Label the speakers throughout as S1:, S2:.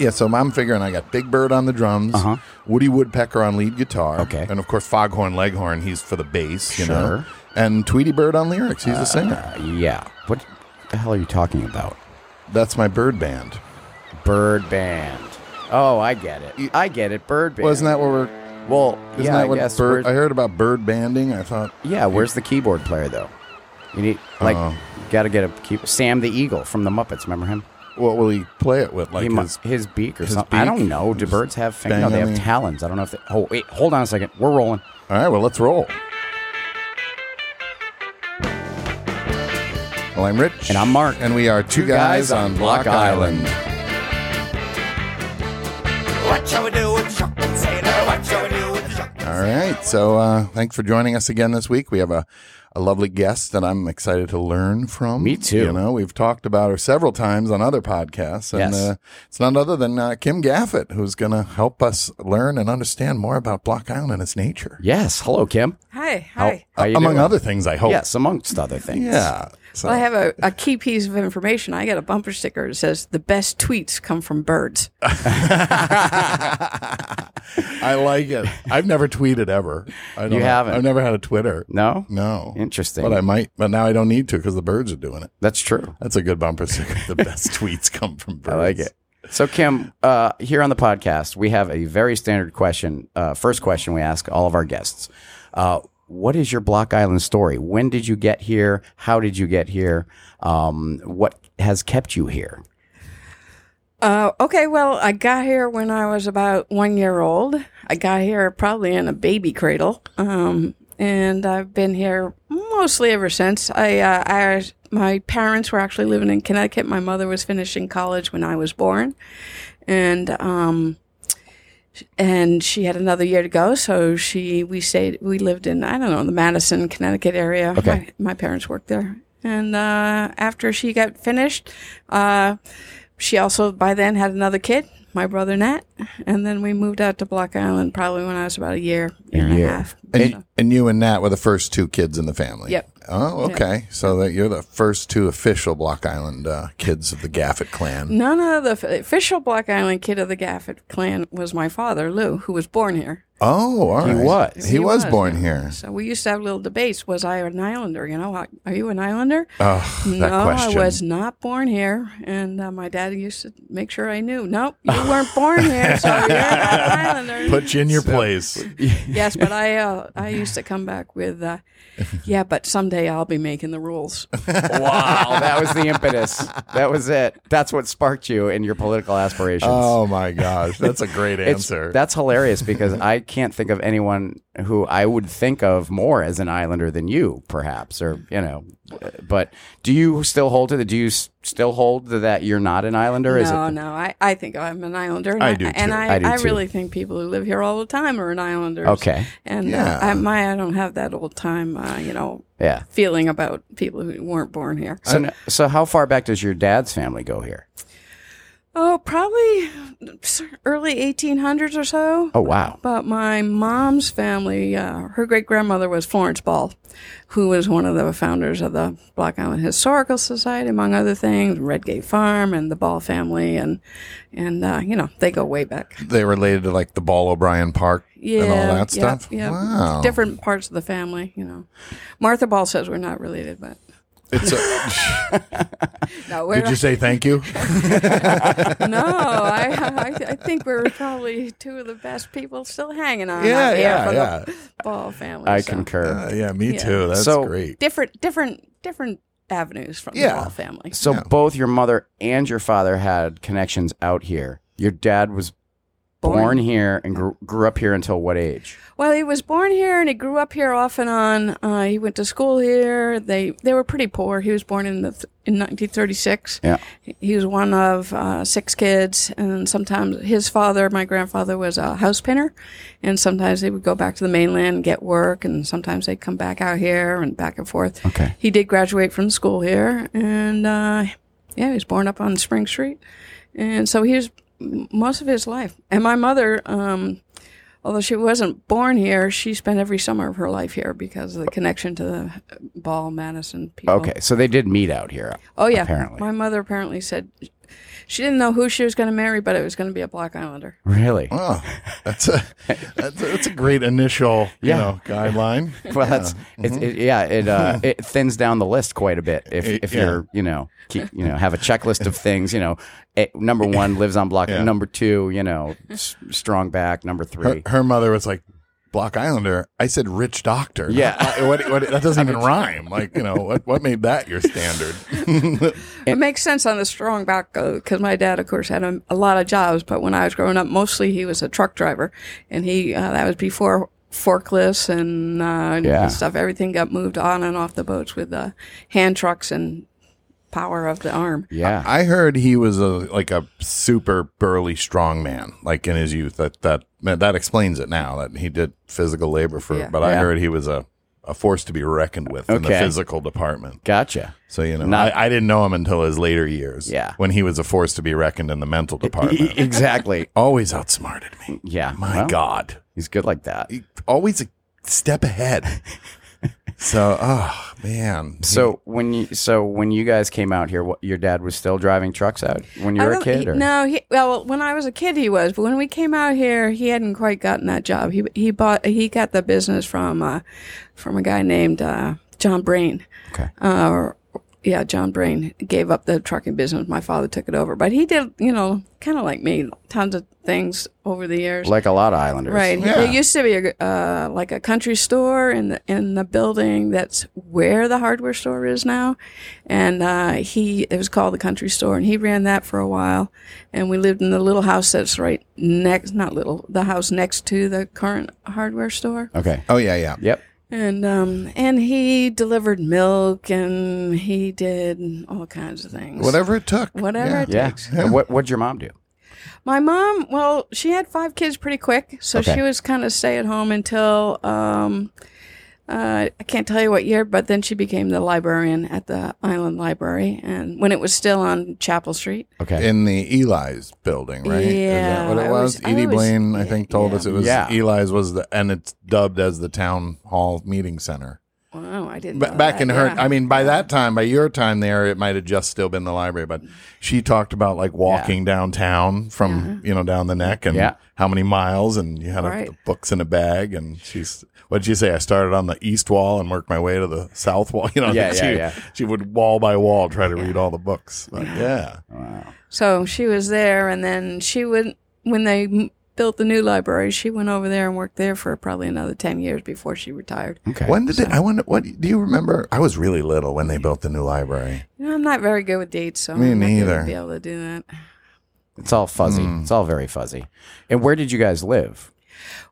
S1: yeah, so I'm figuring I got Big Bird on the drums,
S2: Uh-huh.
S1: Woody Woodpecker on lead guitar,
S2: Okay.
S1: and of course Foghorn Leghorn. He's for the bass, you know,
S2: Sure. Ah.
S1: and Tweety Bird on lyrics. He's a singer.
S2: Uh, Yeah. What the hell are you talking about?
S1: That's my bird band.
S2: Bird Band. Oh, I get it. I get it. Bird Band.
S1: Wasn't that what we're?
S2: Well,
S1: Isn't
S2: yeah,
S1: that
S2: I
S1: what
S2: guess.
S1: bird? I
S2: where's-
S1: heard about bird banding. I thought
S2: yeah, where's the keyboard player though? You need like
S1: Oh.
S2: got to get a key- Sam the Eagle from the Muppets. Remember him?
S1: what will he play it with? Like
S2: he mu-
S1: his,
S2: his beak or
S1: his
S2: something. I
S1: beak?
S2: don't know. Do
S1: Just
S2: birds have
S1: bang
S2: fingers? No, they
S1: on
S2: have
S1: the-
S2: talons. I don't know if they. Oh, wait. Hold on a second. We're rolling.
S1: all right, well let's roll. Well, I'm Rich,
S2: And I'm Mark.
S1: and we are two, guys, on Block Island.
S3: What shall we do with the shark and sailor? What shall we do with the shark?
S1: All right, so uh, thanks for joining us again this week. We have a, a lovely guest that I'm excited to learn from.
S2: Me too.
S1: You know, we've talked about her several times on other podcasts, and
S2: Yes.
S1: uh, it's none other than uh, Kim Gaffett, who's going to help us learn and understand more about Block Island and its nature,
S2: Yes. Hello, Kim.
S4: Hi, hi.
S2: How you
S1: among
S2: doing?
S1: other things. I hope.
S2: Yes, amongst other things.
S1: Yeah. So
S4: Well, I have a, a key piece of information. I got a bumper sticker that says the best tweets come from birds.
S1: I like it. I've never tweeted ever. I don't
S2: You
S1: know.
S2: haven't?
S1: I've never had a Twitter.
S2: No.
S1: No.
S2: Interesting.
S1: But I might. But now I don't need to because the birds are doing it.
S2: That's true.
S1: That's a good bumper sticker. The best tweets come from birds.
S2: I like it. So, Kim, uh, here on the podcast, we have a very standard question. Uh, first question we ask all of our guests uh, What is your Block Island story? When did you get here? How did you get here? Um, what has kept you here?
S4: Uh, okay, well, I got here when I was about one year old. I got here probably in a baby cradle, um, and I've been here mostly ever since. I, uh, I, my parents were actually living in Connecticut. My mother was finishing college when I was born, and um, and she had another year to go, so she we stayed. We lived in I don't know the Madison, Connecticut area.
S2: Okay.
S4: my, my parents worked there, and uh, after she got finished. Uh, she also by then had another kid, my brother Nat, and then we moved out to Block Island probably when I was about a year, year and
S2: year.
S4: a half.
S1: And, and you and Nat were the first two kids in the family.
S4: Yep.
S1: Oh, okay. So that you're the first two official Block Island uh, kids of the Gaffett clan.
S4: None of the f- official Block Island kid of the Gaffett clan was my father, Lou, who was born here.
S1: Oh, all
S2: He
S1: right.
S2: was.
S1: He, was, born here.
S4: So we used to have little debates. Was I an islander? You know, I- are you an islander?
S1: Oh, that
S4: no,
S1: question.
S4: I was not born here. And uh, my dad used to make sure I knew. Nope, you weren't born here, so you're not an islander.
S1: Put you in your place.
S4: yes, but I uh, I used to come back with, uh, yeah, but someday I'll be making the rules.
S2: wow, that was the impetus. That was it. That's what sparked you in your political aspirations.
S1: Oh my gosh, that's a great
S2: It's-
S1: answer.
S2: That's hilarious because I can't think of anyone who I would think of more as an islander than you, perhaps, or you know. But do you still hold to the? Do you s- still hold to that you're not an islander? is
S4: no,
S2: it?
S4: no, I, I think I'm an islander. And
S1: I do,
S4: And
S1: too.
S4: I,
S2: I do, too.
S4: really think people who live here all the time are an islander.
S2: Okay.
S4: And
S1: Yeah.
S4: uh, I, my I don't have that old time, uh, you know,
S2: Yeah.
S4: feeling about people who weren't born here.
S2: So, n- so how far back does your dad's family go here?
S4: Oh, probably early 1800s or so.
S2: Oh wow.
S4: But my mom's family, uh, her great grandmother was Florence Ball, who was one of the founders of the Block Island Historical Society, among other things, Redgate Farm and the Ball family, and and uh, you know they go way back.
S1: they related to like the Ball O'Brien Park
S4: Yeah,
S1: and all that
S4: yeah,
S1: stuff.
S4: Yeah,
S1: Wow.
S4: different parts of the family. You know, Martha Ball says we're not related, but
S1: It's a,
S4: no, we're
S1: did you say thank you?
S4: no. I, I I think we're probably two of the best people still hanging on.
S1: Yeah,
S4: out here
S1: yeah,
S4: for
S1: yeah.
S4: The Ball family.
S2: I
S4: so.
S2: concur.
S1: Uh, yeah, me
S4: Yeah.
S1: too. That's
S2: So-
S1: great.
S4: different different different avenues from
S1: Yeah.
S4: the Ball family.
S2: So
S1: Yeah.
S2: both your mother and your father had connections out here. Your dad was born,
S4: Born.
S2: here and grew, grew up here until what age?
S4: Well, he was born here and he grew up here off and on. Uh, he went to school here. They they were pretty poor. He was born in the th- in 1936.
S2: Yeah.
S4: He was one of uh, six kids, and sometimes his father, my grandfather, was a house painter, and sometimes they would go back to the mainland and get work, and sometimes they'd come back out here and back and forth.
S2: Okay.
S4: He did graduate from school here, and uh, yeah, he was born up on Spring Street, and so he was m- most of his life. And my mother, um, although she wasn't born here, she spent every summer of her life here because of the connection to the Ball Madison people.
S2: Okay. So they did meet out here.
S4: Oh yeah.
S2: Apparently.
S4: My mother apparently said she didn't know who she was going to marry, but it was going to be a Block Islander.
S2: Really?
S1: Oh, that's a that's a, that's a great initial you
S2: Yeah.
S1: know guideline.
S2: Well, that's it's it, yeah. It uh, it thins down the list quite a bit if
S1: Mm-hmm. It-
S2: if
S1: yeah.
S2: you're you know keep, you know have a checklist of things. You know, eh, number one lives on block.
S1: Yeah.
S2: Number two, you know, s- strong back. Number
S1: Her,
S2: three,
S1: her mother was like Block Islander. I said Rich Doctor.
S2: Yeah.
S1: what, what, that doesn't even rhyme. Like you know what what made that your standard?
S2: Eh.
S4: It, makes sense on the strong back because my dad, of course, had a, a lot of jobs, but when I was growing up, mostly he was a truck driver, and he uh, that was before forklifts and uh,
S2: Yeah.
S4: stuff. Everything got moved on and off the boats with uh, hand trucks and power of the arm.
S2: yeah,
S1: I heard he was a like a super burly strong man, like in his youth. That that that explains it now that he did physical labor for.
S4: Yeah.
S1: But I
S2: Yeah.
S1: heard he was a a force to be reckoned with in the
S2: Okay.
S1: physical department.
S2: gotcha.
S1: So you know,
S2: Not-
S1: I, I didn't know him until his later years.
S2: Yeah.
S1: when he was a force to be reckoned in the mental
S2: E-
S1: department.
S2: exactly.
S1: always outsmarted me.
S2: Yeah.
S1: My
S2: Well,
S1: God,
S2: he's good like that.
S1: He- always a step ahead. so, oh man.
S2: So when you so when you guys came out here, what, your dad was still driving trucks out when you
S4: I
S2: were a
S4: don't-
S2: kid?
S4: he-
S2: or?
S4: No, he, well, when I was a kid, he was, but when we came out here, he hadn't quite gotten that job. He he bought he got the business from uh, from a guy named uh, John Brain.
S2: Okay.
S4: Uh, yeah, John Brain gave up the trucking business. My father took it over, but he did, you know, kind of like me, tons of things over the years.
S2: like a lot of islanders,
S4: Right.
S1: Yeah.
S4: There used to be a, uh, like a country store in the in the building that's where the hardware store is now, and uh, he it was called the country store, and he ran that for a while, and we lived in the little house that's right next, not little, the house next to the current hardware store,
S2: Okay.
S1: oh yeah, yeah.
S2: Yep.
S4: and um and he delivered milk and he did all kinds of things.
S1: Whatever it took.
S4: Whatever
S1: Yeah.
S4: it
S2: Yeah.
S4: takes.
S2: And What What'd your mom do?
S4: My mom, well, she had five kids pretty quick, so
S2: Okay.
S4: she was kind of stay at home until um, uh, I can't tell you what year, but then she became the librarian at the Island Library, and when it was still on Chapel Street,
S2: Okay.
S1: In the Eli's building, right? Is that
S4: Yeah,
S1: what it
S4: I
S1: was?
S4: was- I
S1: Edie
S4: was-
S1: Blaine, I think, told
S4: yeah.
S1: us it was
S2: Yeah.
S1: Eli's was the, and it's dubbed as the town hall meeting center.
S4: wow, I didn't
S1: Ba-
S4: know
S1: back
S4: that,
S1: in her,
S4: yeah.
S1: I mean, by that time, by your time there, it might have just still been the library. But she talked about like walking downtown from you know down the neck and
S2: Yeah.
S1: how many miles, and you had a-
S4: Right.
S1: the books in a bag. And she's what did you say? I started on the east wall and worked my way to the south wall. You know,
S2: Yeah,
S1: she,
S2: yeah, yeah.
S1: she would wall by wall try to read all the books. But yeah,
S2: Wow.
S4: so she was there, and then she went when they m- built the new library. She went over there and worked there for probably another ten years before she retired.
S2: Okay.
S1: when did it, I wonder? What do you remember? I was really little when they built the new library.
S4: You know, I'm not very good with dates, so
S1: Me
S4: I'm not gonna
S1: neither.
S4: Be able to do that.
S2: It's all fuzzy.
S1: Hmm.
S2: It's all very fuzzy. And where did you guys live?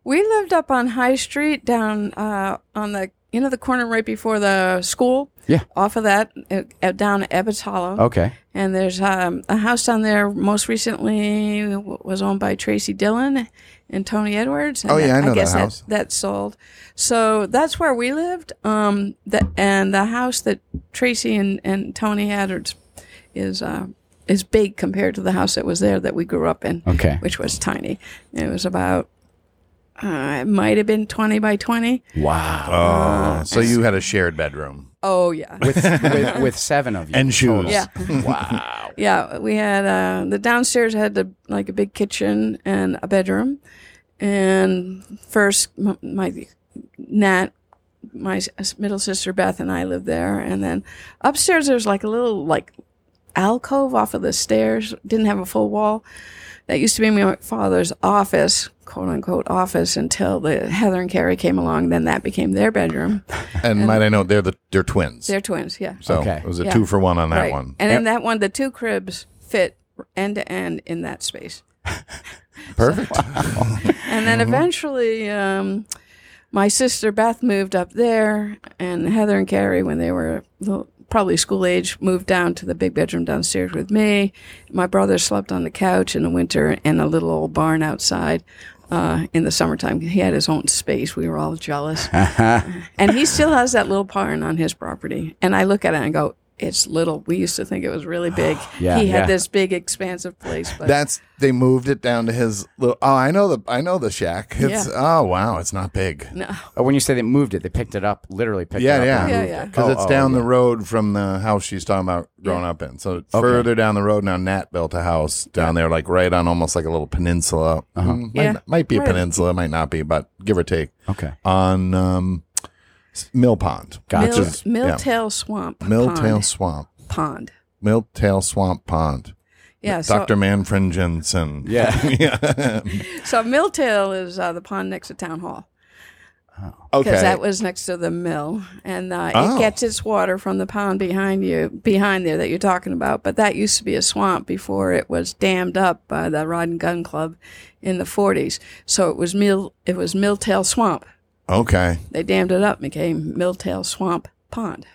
S4: We lived up on High Street down uh, on the you know the corner right before the school.
S2: Yeah.
S4: Off of that, uh, uh, down at Ebbets Hollow,
S2: Okay.
S4: and there's um, a house down there. Most recently, w- was owned by Tracy Dillon and Tony Edwards. And
S1: Oh, yeah, I know that
S4: guess
S1: house.
S4: That, sold. So that's where we lived. Um, the, and the house that Tracy and, and Tony Edwards is uh, is big compared to the house that was there that we grew up in
S2: Okay.
S4: which was tiny. It was about, uh, it might have been 20 by 20.
S2: Wow.
S1: Oh, so you had a shared bedroom.
S4: Oh, yeah.
S2: With, with with seven of you
S1: And shoes.
S2: total.
S4: yeah.
S2: Wow.
S4: Yeah. We had, uh, the downstairs had the, like a big kitchen and a bedroom. And first, m- my, Nat, my s- middle sister Beth and I lived there. And then upstairs, there's like a little, like, alcove off of the stairs didn't have a full wall that used to be my father's office quote unquote office until the heather and carrie came along then that became their bedroom
S1: And, might I know they're the they're twins.
S4: They're twins, yeah.
S1: so
S2: Okay.
S1: it was a
S4: Yeah.
S1: two for one on that
S4: right.
S1: one.
S4: And in that one, the two cribs fit end to end in that space.
S1: Perfect.
S4: And
S2: Uh-huh.
S4: then eventually, um, my sister Beth moved up there, and Heather and Carrie, when they were little- probably school age, moved down to the big bedroom downstairs with me. My brother slept on the couch in the winter in a little old barn outside. Uh, in the summertime, he had his own space. We were all jealous. and he still has that little barn on his property. And I look at it and go, it's little. We used to think it was really big.
S2: Yeah,
S4: he had
S2: yeah.
S4: this big, expansive place. But
S1: That's they moved it down to his little. Oh, I know the I know the shack. It's oh wow, it's not big.
S4: no,
S2: Oh, when you say they moved it, they picked it up, literally picked it
S1: Yeah,
S2: up.
S1: yeah,
S2: and
S4: Yeah,
S2: moved
S4: yeah.
S2: it.
S1: Because
S2: Oh,
S1: it's
S2: oh,
S1: down
S2: yeah.
S1: the road from the house she's talking about growing up in. So it's further down the road now, Nat built a house down there, like right on almost like a little peninsula.
S2: Uh-huh.
S1: Mm, might,
S4: Yeah.
S1: might be a
S4: Right.
S1: peninsula, might not be, but give or take
S2: Okay.
S1: on um, s- Mill Pond,
S2: Gotcha.
S1: which
S4: Mill,
S1: is yeah.
S4: Milltail Swamp.
S1: Milltail
S4: Pond.
S1: Swamp,
S4: Pond.
S1: Milltail Swamp Pond.
S4: Yeah, so-
S1: Doctor Manfred Jensen.
S2: Yeah.
S1: yeah.
S4: So Milltail is uh, the pond next to Town Hall
S1: okay.
S4: because that was next to the mill, and uh,
S1: Oh.
S4: it gets its water from the pond behind you, behind there that you're talking about. But that used to be a swamp before it was dammed up by the Rod and Gun Club in the 40s. So it was mill, it was Milltail Swamp.
S1: okay.
S4: They dammed it up, and became Milltail Swamp Pond.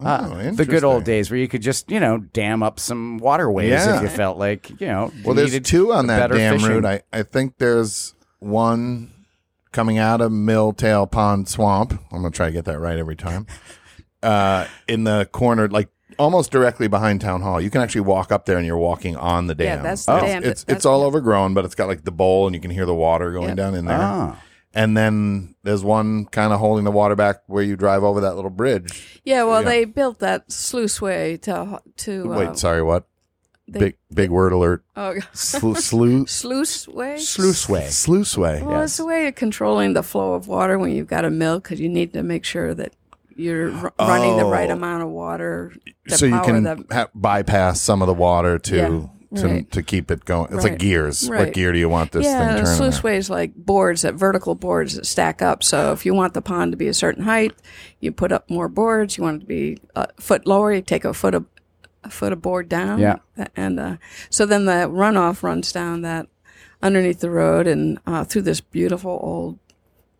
S2: Ah,
S1: Oh,
S2: the good
S1: interesting.
S2: old days where you could just, you know, dam up some waterways
S1: Yeah.
S2: if you felt like, you know, you
S1: Well, there's
S2: needed
S1: two on that
S2: better
S1: damn
S2: fishing.
S1: route. I, I think there's one coming out of Milltail Pond Swamp. I'm gonna try to get that right every time. Uh, in the corner, like almost directly behind Town Hall, you can actually walk up there, and you're walking on the
S4: Yeah,
S1: dam.
S4: that's the
S1: it's,
S4: dam.
S1: It's
S4: That's-
S1: it's all overgrown, but it's got like the bowl, and you can hear the water going
S4: Yep.
S1: down in there.
S2: Ah.
S1: And then there's one kind of holding the water back where you drive over that little bridge.
S4: Yeah, well,
S1: Yeah.
S4: they built that sluiceway to to uh,
S1: Wait, sorry, what?
S4: they-
S1: big big word alert.
S4: oh,
S1: Slu- slu-
S4: sluiceway.
S2: Sluiceway.
S1: Sluiceway.
S4: Well, it's a way of controlling the flow of water when you've got a mill because you need to make sure that you're r- running the right
S1: Oh.
S4: amount of water to
S1: so you
S4: power
S1: can
S4: the.
S1: ha- bypass some of the water to
S4: Yeah,
S1: to,
S4: right.
S1: to keep it going. It's like
S4: Right,
S1: gears. What
S4: right.
S1: gear do you want this
S4: yeah,
S1: thing
S4: the
S1: turning?
S4: sluice
S1: at?
S4: way is like boards that vertical boards that stack up. So if you want the pond to be a certain height, you put up more boards. You want it to be a foot lower, you take a foot of a foot of board down.
S2: Yeah.
S4: and uh, so then the runoff runs down that underneath the road and uh, through this beautiful old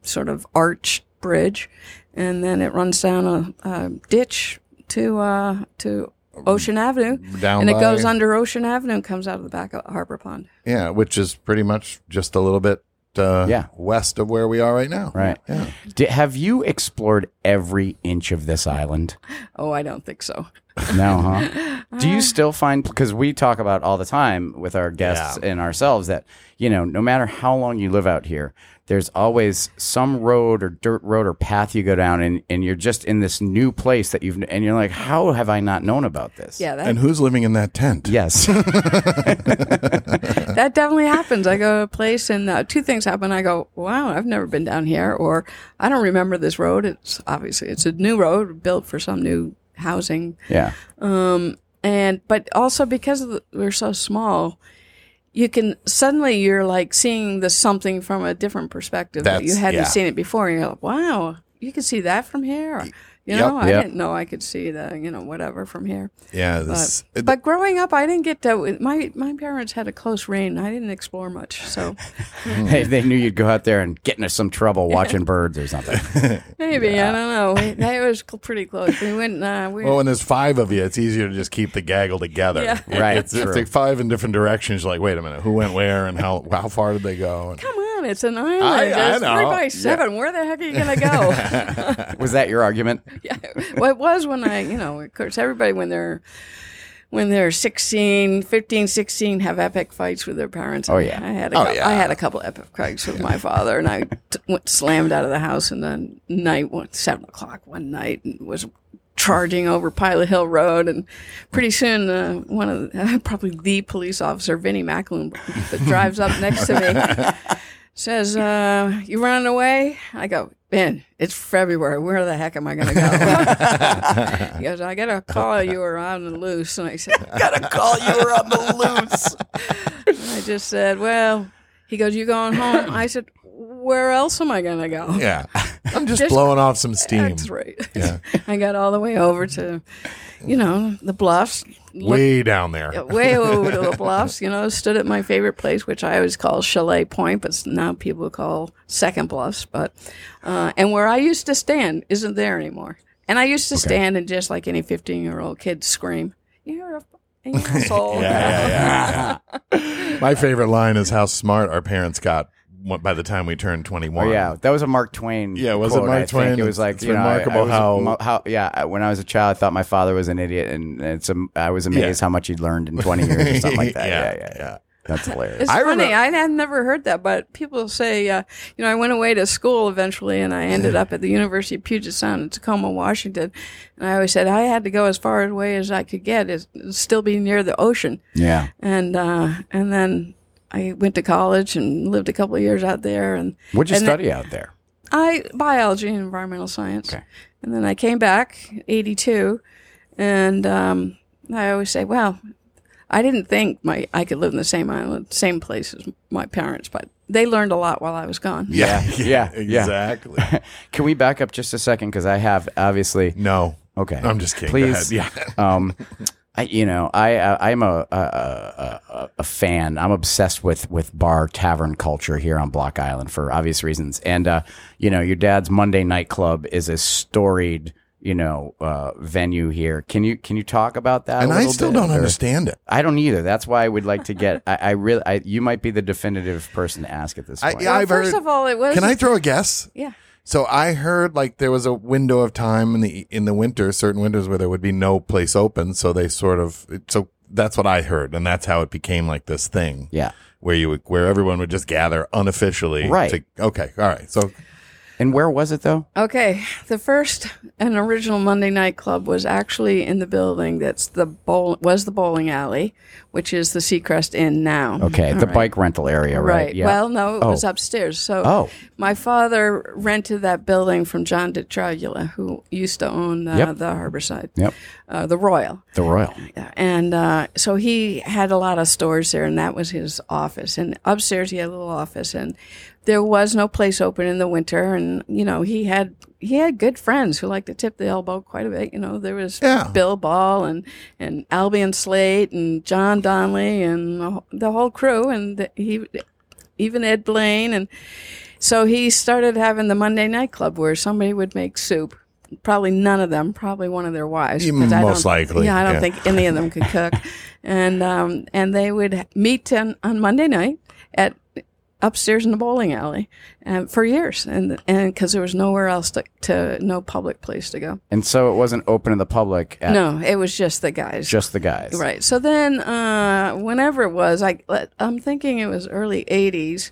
S4: sort of arch bridge, and then it runs down a, a ditch to uh, to Ocean Avenue,
S1: Down
S4: and it
S1: by-
S4: goes under Ocean Avenue and comes out of the back of Harbor Pond.
S1: Yeah, which is pretty much just a little bit uh,
S2: Yeah.
S1: west of where we are right now.
S2: Right.
S1: Yeah.
S2: Di- have you explored every inch of this island?
S4: Oh, I don't think so.
S2: No, huh? Do you still find because we talk about all the time with our guests and ourselves that you know no matter how long you live out here, there's always some road or dirt road or path you go down and and you're just in this new place that you've and you're like, how have I not known about this?
S4: Yeah, that
S1: And who's living in that tent?
S2: Yes.
S1: uh,
S4: that definitely happens. I go to a place and uh, two things happen. I go, wow, I've never been down here, or I don't remember this road. It's obviously it's a new road built for some new housing,
S2: yeah.
S4: and but also because of the, we're so small, you can suddenly you're like seeing the something from a different perspective that you
S1: That's-
S4: hadn't
S1: yeah.
S4: seen it before. And you're like, wow, you can see that from here. Or, you know, I
S2: yep.
S4: didn't know I could see the you know whatever from here.
S1: Yeah.
S4: But,
S1: This, it-
S4: but growing up, I didn't get to. My my parents had a close reign. I didn't explore much, so
S2: Hey, they knew you'd go out there and get into some trouble watching birds or something.
S4: Maybe I don't know. We, it was cl- pretty close. We went. Uh, we
S1: well, when oh, there's five of you, it's easier to just keep the gaggle together.
S4: Yeah.
S2: Right,
S1: It's, it's
S2: true.
S1: like five in different directions. You're like, wait a minute, who went where and how how far did they go? And-
S4: come on, it's an island.
S1: I- I
S4: it's
S1: know.
S4: three by seven. Where the heck are you gonna go?
S2: Was that your argument?
S4: yeah. Well, it was when I, you know, of course, everybody when they're when they're 16, 15, 16 have epic fights with their parents.
S2: Oh, yeah.
S4: I had a
S1: Oh,
S4: cou-
S1: yeah.
S4: I had a couple epic fights with my father, and I t- went slammed out of the house in the night one seven o'clock one night and was charging over Pilot Hill Road, and pretty soon uh, one of the, probably the police officer, Vinnie Macklin, that drives up next to me. Says, uh, you running away? I go, Ben, it's February. Where the heck am I going to go? he goes, I got to call you or on the loose. And I said,
S2: Gotta call you were on the loose.
S4: I just said, well, he goes, you going home? I said, where else am I going to go?
S1: yeah. I'm just,
S4: Just-
S1: blowing off some steam.
S4: That's right.
S1: Yeah.
S4: I got all the way over to, you know, the bluffs. looked
S1: Way down there.
S4: way over to the bluffs, you know, stood at my favorite place, which I always call Chalet Point, but now people call Second Bluffs. But uh, and where I used to stand isn't there anymore. And I used to stand and just like any fifteen-year-old kid, scream, "You're a fucking asshole!"
S1: yeah, yeah, yeah, yeah. My favorite line is how smart our parents got what- by the time we turned 21.
S2: Oh, yeah, that was a Mark Twain.
S1: Yeah, was it
S2: quote,
S1: Mark
S2: I think.
S1: Twain?
S2: It
S1: It's-
S2: was like
S1: it's
S2: you know, I- I
S1: remarkable
S2: was-
S1: how-
S2: mo- how yeah. I- When I was a child, I thought my father was an idiot, and it's um, I was amazed
S1: Yeah.
S2: how much he'd learned in twenty years or something like that.
S1: Yeah,
S2: yeah, yeah, yeah,
S1: yeah.
S2: That's hilarious.
S4: It's
S1: I
S4: funny.
S1: remember-
S4: I had never heard that, but people say, uh, you know, I went away to school eventually, and I ended up at the University of Puget Sound in Tacoma, Washington. And I always said I had to go as far away as I could get, is still be near the ocean.
S2: yeah,
S4: And uh, and then I went to college and lived a couple of years out there, and
S2: what'd you
S4: and
S2: study out there?
S4: I biology and environmental science,
S2: Okay.
S4: and then I came back '82, and um, I always say, "Well, I didn't think my I could live in the same island, same place as my parents, but they learned a lot while I was gone."
S1: Yeah.
S2: Yeah, yeah.
S1: Exactly.
S2: Can we back up just a second? Because I have obviously.
S1: No.
S2: Okay,
S1: I'm just kidding. Go
S2: Please,
S1: ahead. Yeah.
S2: um, I, you know, I, I I'm a, a, a a- a fan. I'm obsessed with with bar tavern culture here on Block Island for obvious reasons. And uh, you know, your dad's Monday Night Club is a storied you know uh, venue here. Can you can you talk about that? a
S1: And I
S2: little
S1: still
S2: bit,
S1: don't
S2: or-
S1: understand it.
S2: I don't either. That's why I would like to get. I, I really, I, you might be the definitive person to ask at this
S1: I-
S2: point.
S1: yeah, I've
S4: first
S1: heard-
S4: of all, it was
S1: Can I throw a guess?
S4: yeah.
S1: So I heard like there was a window of time in the in the winter, certain winters where there would be no place open, so they sort of so that's what I heard, and that's how it became like this thing
S2: yeah.
S1: where you would, where everyone would just gather unofficially.
S2: Right.
S1: to- okay. All right. So
S2: And where was it though?
S4: Okay, the first and original Monday Night Club was actually in the building that's the bowl was the bowling alley, which is the Seacrest Inn now.
S2: Okay, the bike rental area, right? Yeah.
S4: Well, no, it
S2: Oh.
S4: was upstairs. So
S2: Oh.
S4: my father rented that building from John Detragula, who used to own uh,
S2: Yep.
S4: the Harborside,
S2: Yep.
S4: uh, the Royal.
S2: the Royal.
S4: Yeah. And uh, so he had a lot of stores there, and that was his office. And upstairs, he had a little office, and there was no place open in the winter. And you know, he had he had good friends who liked to tip the elbow quite a bit. You know, there was
S1: Yeah.
S4: Bill Ball and and Albion Slate and John Donnelly and the whole- the whole crew, and the, he even Ed Blaine and so he started having the Monday night club where somebody would make soup. Probably none of them. Probably one of their wives. 'cause I
S1: Most
S4: don't-
S1: likely,
S4: Yeah, I don't
S1: yeah.
S4: think any of them could cook. and um, and they would meet on, on Monday night at upstairs in the bowling alley um, for years, and and because there was nowhere else to, to no public place to go.
S2: And so it wasn't open to the public. At
S4: No, it was just the guys.
S2: just the guys.
S4: Right. So then, uh, whenever it was, I I'm thinking it was early '80s,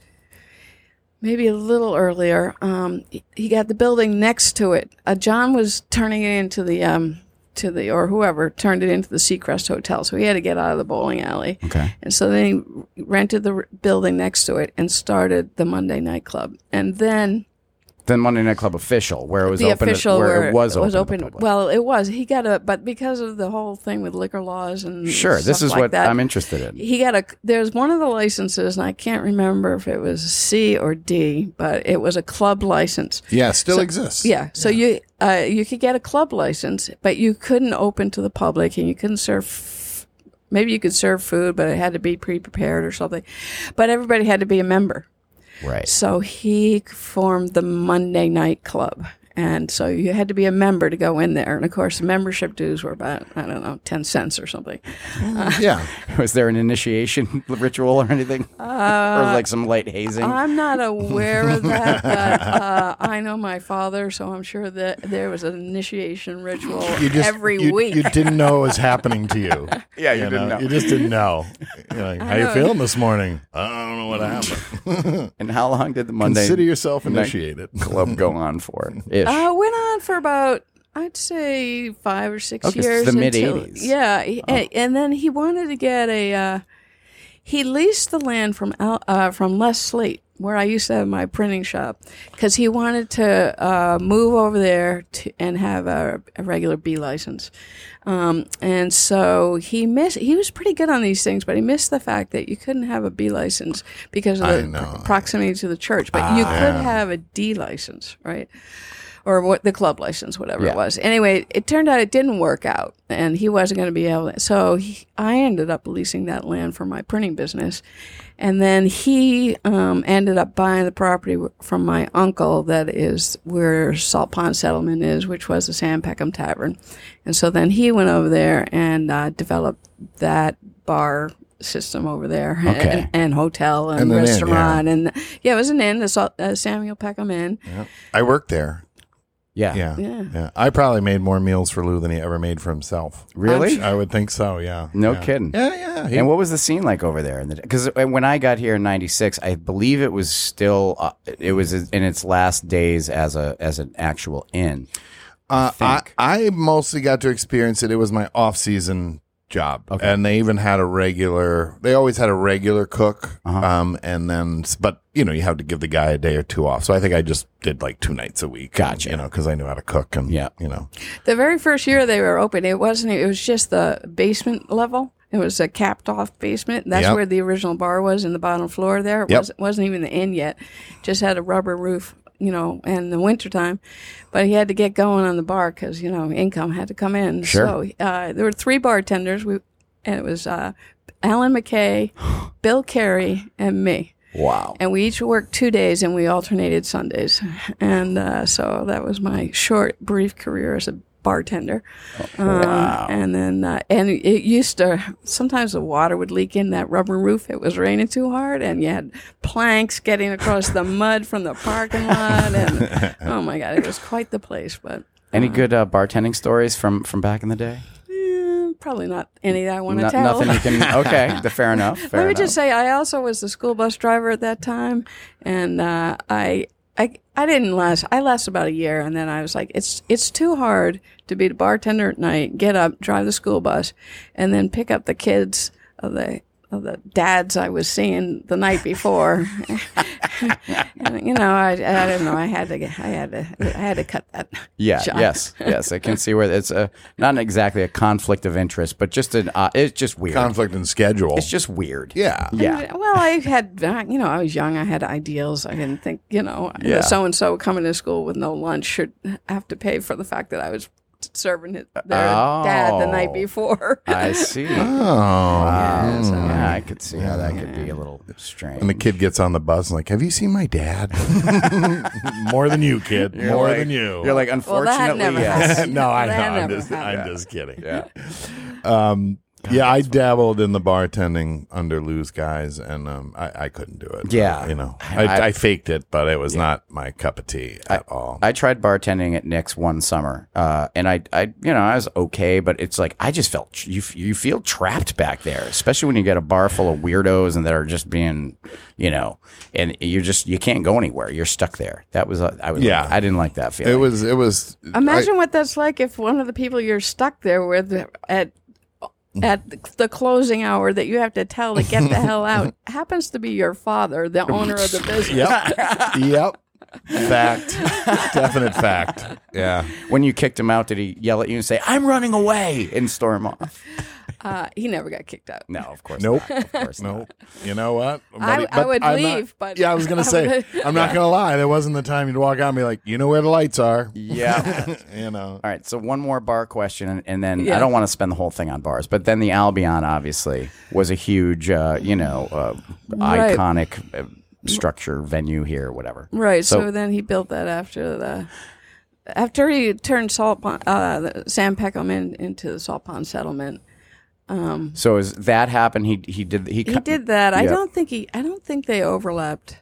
S4: maybe a little earlier. Um, he- he got the building next to it. Uh, John was turning it into the um to the or whoever turned it into the Seacrest Hotel, so he had to get out of the bowling alley.
S2: Okay.
S4: And so then he rented the r- building next to it and started the Monday Night Club, and then
S2: Then Monday Night Club official, where it was
S4: the
S2: open, to-
S4: official
S2: where, it was open. to the public.
S4: well, it was. He got a but because of the whole thing with liquor laws and
S2: sure. This
S4: stuff
S2: is
S4: like
S2: what
S4: that,
S2: I'm interested in.
S4: he got a there's one of the licenses and i can't remember if it was c or d but it was a club license
S1: yeah, still exists.
S4: yeah so you uh, you could get a club license but you couldn't open to the public and you couldn't serve f- maybe you could serve food but it had to be pre-prepared or something but everybody had to be a member
S2: Right.
S4: so he formed the monday night club and so you had to be a member to go in there and of course the membership dues were about i don't know 10 cents or something
S1: Yeah.
S2: Was there an initiation ritual or anything,
S4: Uh,
S2: or like some light hazing?
S4: I'm not aware of that, but uh, I know my father, so I'm sure that there was an initiation ritual
S1: You just
S4: every
S1: you,
S4: week.
S1: you didn't know it was happening to you.
S2: Yeah, you didn't know.
S1: You just didn't know. You're like, how you
S4: know.
S1: feeling this morning? I don't know what happened.
S2: and how long did the Monday
S1: Consider yourself
S2: Night
S1: initiated.
S2: Club go on for? Ish.
S4: uh, went on for about, I'd say, five or six
S2: Okay, so
S4: years.
S2: the
S4: until-
S2: mid-eighties. Oh.
S4: Yeah. he- And, and then he wanted to get a, uh, he leased the land from, Al, uh, from Les Slate. Where I used to have my printing shop, because he wanted to uh, move over there to, and have a, a regular B license. Um, and so he missed. He was pretty good on these things, but he missed the fact that you couldn't have a B license because of the
S1: know.
S4: proximity to the church, but you could have a D license, right? Or what the club license, whatever
S2: Yeah.
S4: it was. Anyway, it turned out it didn't work out, and he wasn't going to be able. to. So he, I ended up leasing that land for my printing business, and then he um, ended up buying the property w- from my uncle. That is where Salt Pond Settlement is, which was the Sam Peckham Tavern, and so then he went over there and uh, developed that bar system over there,
S2: Okay.
S4: and, and hotel and,
S1: And an inn,
S4: restaurant, and yeah, it was an inn. It's all- uh, Samuel Peckham Inn.
S1: I worked there.
S2: Yeah.
S1: Yeah.
S4: Yeah.
S1: Yeah. I probably made more meals for Lou than he ever made for himself.
S2: Really?
S1: I would think so. Yeah.
S2: No
S1: yeah.
S2: kidding.
S1: Yeah. Yeah. He-
S2: And what was the scene like over there? Because when I got here in '96, I believe it was still uh, it was in its last days as a as an actual inn.
S1: Uh, I,
S2: think.
S1: I mostly got to experience it. It was my off season job, and they even had a regular. They always had a regular cook, um, and then but you know you have to give the guy a day or two off. So I think I just did like two nights a week.
S2: Gotcha.
S1: You know, because I knew how to cook and
S2: Yeah.
S1: you know.
S4: The very first year they were open, it wasn't. e, It was just the basement level. It was a capped off basement. That's
S1: Yep.
S4: where the original bar was in the bottom floor. There, it
S1: Yep.
S4: wasn't, wasn't even the inn yet. Just had a rubber roof, you know, in the wintertime. But he had to get going on the bar because you know income had to come in.
S2: Sure.
S4: So uh, there were three bartenders. We and it was uh, Alan McKay, Bill Carey, and me.
S2: Wow.
S4: And we each worked two days and we alternated Sundays. And uh, so that was my short, brief career as a bartender. Oh, wow. And then, uh, and it used to, sometimes the water would leak in that rubber roof. It was raining too hard and you had planks getting across the mud from the parking lot. And oh my God, it was quite the place, but.
S2: Any good uh, bartending stories from from back in the day?
S4: eh, Probably not any that I want to
S2: No-
S4: tell.
S2: nothing you can. Okay, the- fair enough. Fair
S4: Let me
S2: enough.
S4: just say, I also was the school bus driver at that time, and uh, I, I, I didn't last. I lasted about a year, and then I was like, it's it's too hard to be the bartender at night, get up, drive the school bus, and then pick up the kids of the of the dads I was seeing the night before. and, you know, I, I don't know. I had to get- I had to I had to cut that.
S2: Yeah.
S4: shot.
S2: Yes. Yes. I can see where it's a not exactly a conflict of interest, but just an uh, it's just weird.
S1: Conflict in schedule.
S2: it's just weird.
S1: yeah.
S2: Yeah.
S4: Well, I had, you know, I was young. I had ideals. I didn't think, you know,
S2: Yeah.
S4: so and so coming to school with no lunch should have to pay for the fact that I was serving it- their dad the
S2: Oh.
S4: night before.
S2: I see.
S1: Oh.
S4: Yeah, so-
S2: Yeah, I could see how that could be a little strange.
S1: And the kid gets on the bus and like, have you seen my dad? More than you, kid.
S2: You're
S1: More
S2: like-
S1: than you.
S2: You're like,
S4: well, that
S2: unfortunately,
S4: never
S2: yes.
S4: happened.
S1: no, I know.
S4: That
S1: I'm
S4: never
S1: just, I'm
S4: happened.
S1: just kidding.
S2: yeah.
S1: Um, yeah, I dabbled in the bartending under Lou's guys, and um, I, I couldn't do it.
S2: Yeah.
S1: you know, I,
S2: I- I-
S1: I, faked it, but it was not my cup of tea at all.
S2: I tried bartending at Nick's one summer, uh, and I, I, you know, I was okay, but it's like I just felt you, you feel trapped back there, especially when you get a bar full of weirdos and that are just being, you know, and you're just you can't go anywhere. You're stuck there. That was uh, I was,
S1: Yeah.
S2: I didn't like that feeling.
S1: it was, it was.
S4: Imagine what that's like if one of the people you're stuck there with at at the closing hour that you have to tell to get the hell out happens to be your father, the owner of the business.
S1: I, yep, yep. Fact, definite fact. Yeah,
S2: when you kicked him out, did he yell at you and say, "I'm running away" and storm off?
S4: Uh, he never got kicked out.
S2: No, of course
S1: Nope.
S2: not. Of course not.
S1: no, you know what?
S4: I- I would
S1: I'm not-
S4: leave, but-
S1: yeah, I was gonna
S4: I
S1: say,
S4: would-
S1: I'm not gonna lie. There wasn't the time you'd walk out and be like, you know where the lights are.
S2: Yeah.
S1: you know,
S2: All right, so one more bar question, and, and then I
S4: Yeah.
S2: don't want to spend the whole thing on bars, but then the Albion obviously was a huge, uh, you know, uh,
S4: Right.
S2: iconic uh, structure, venue here, whatever.
S4: Right. So,
S2: So-
S4: then he built that after the after he turned Salt Pond, uh, the- Sam Peckham in, into the Salt Pond settlement.
S2: So is that happened? He he did he,
S4: He did that. I
S2: Yeah.
S4: don't think he. I don't think they overlapped.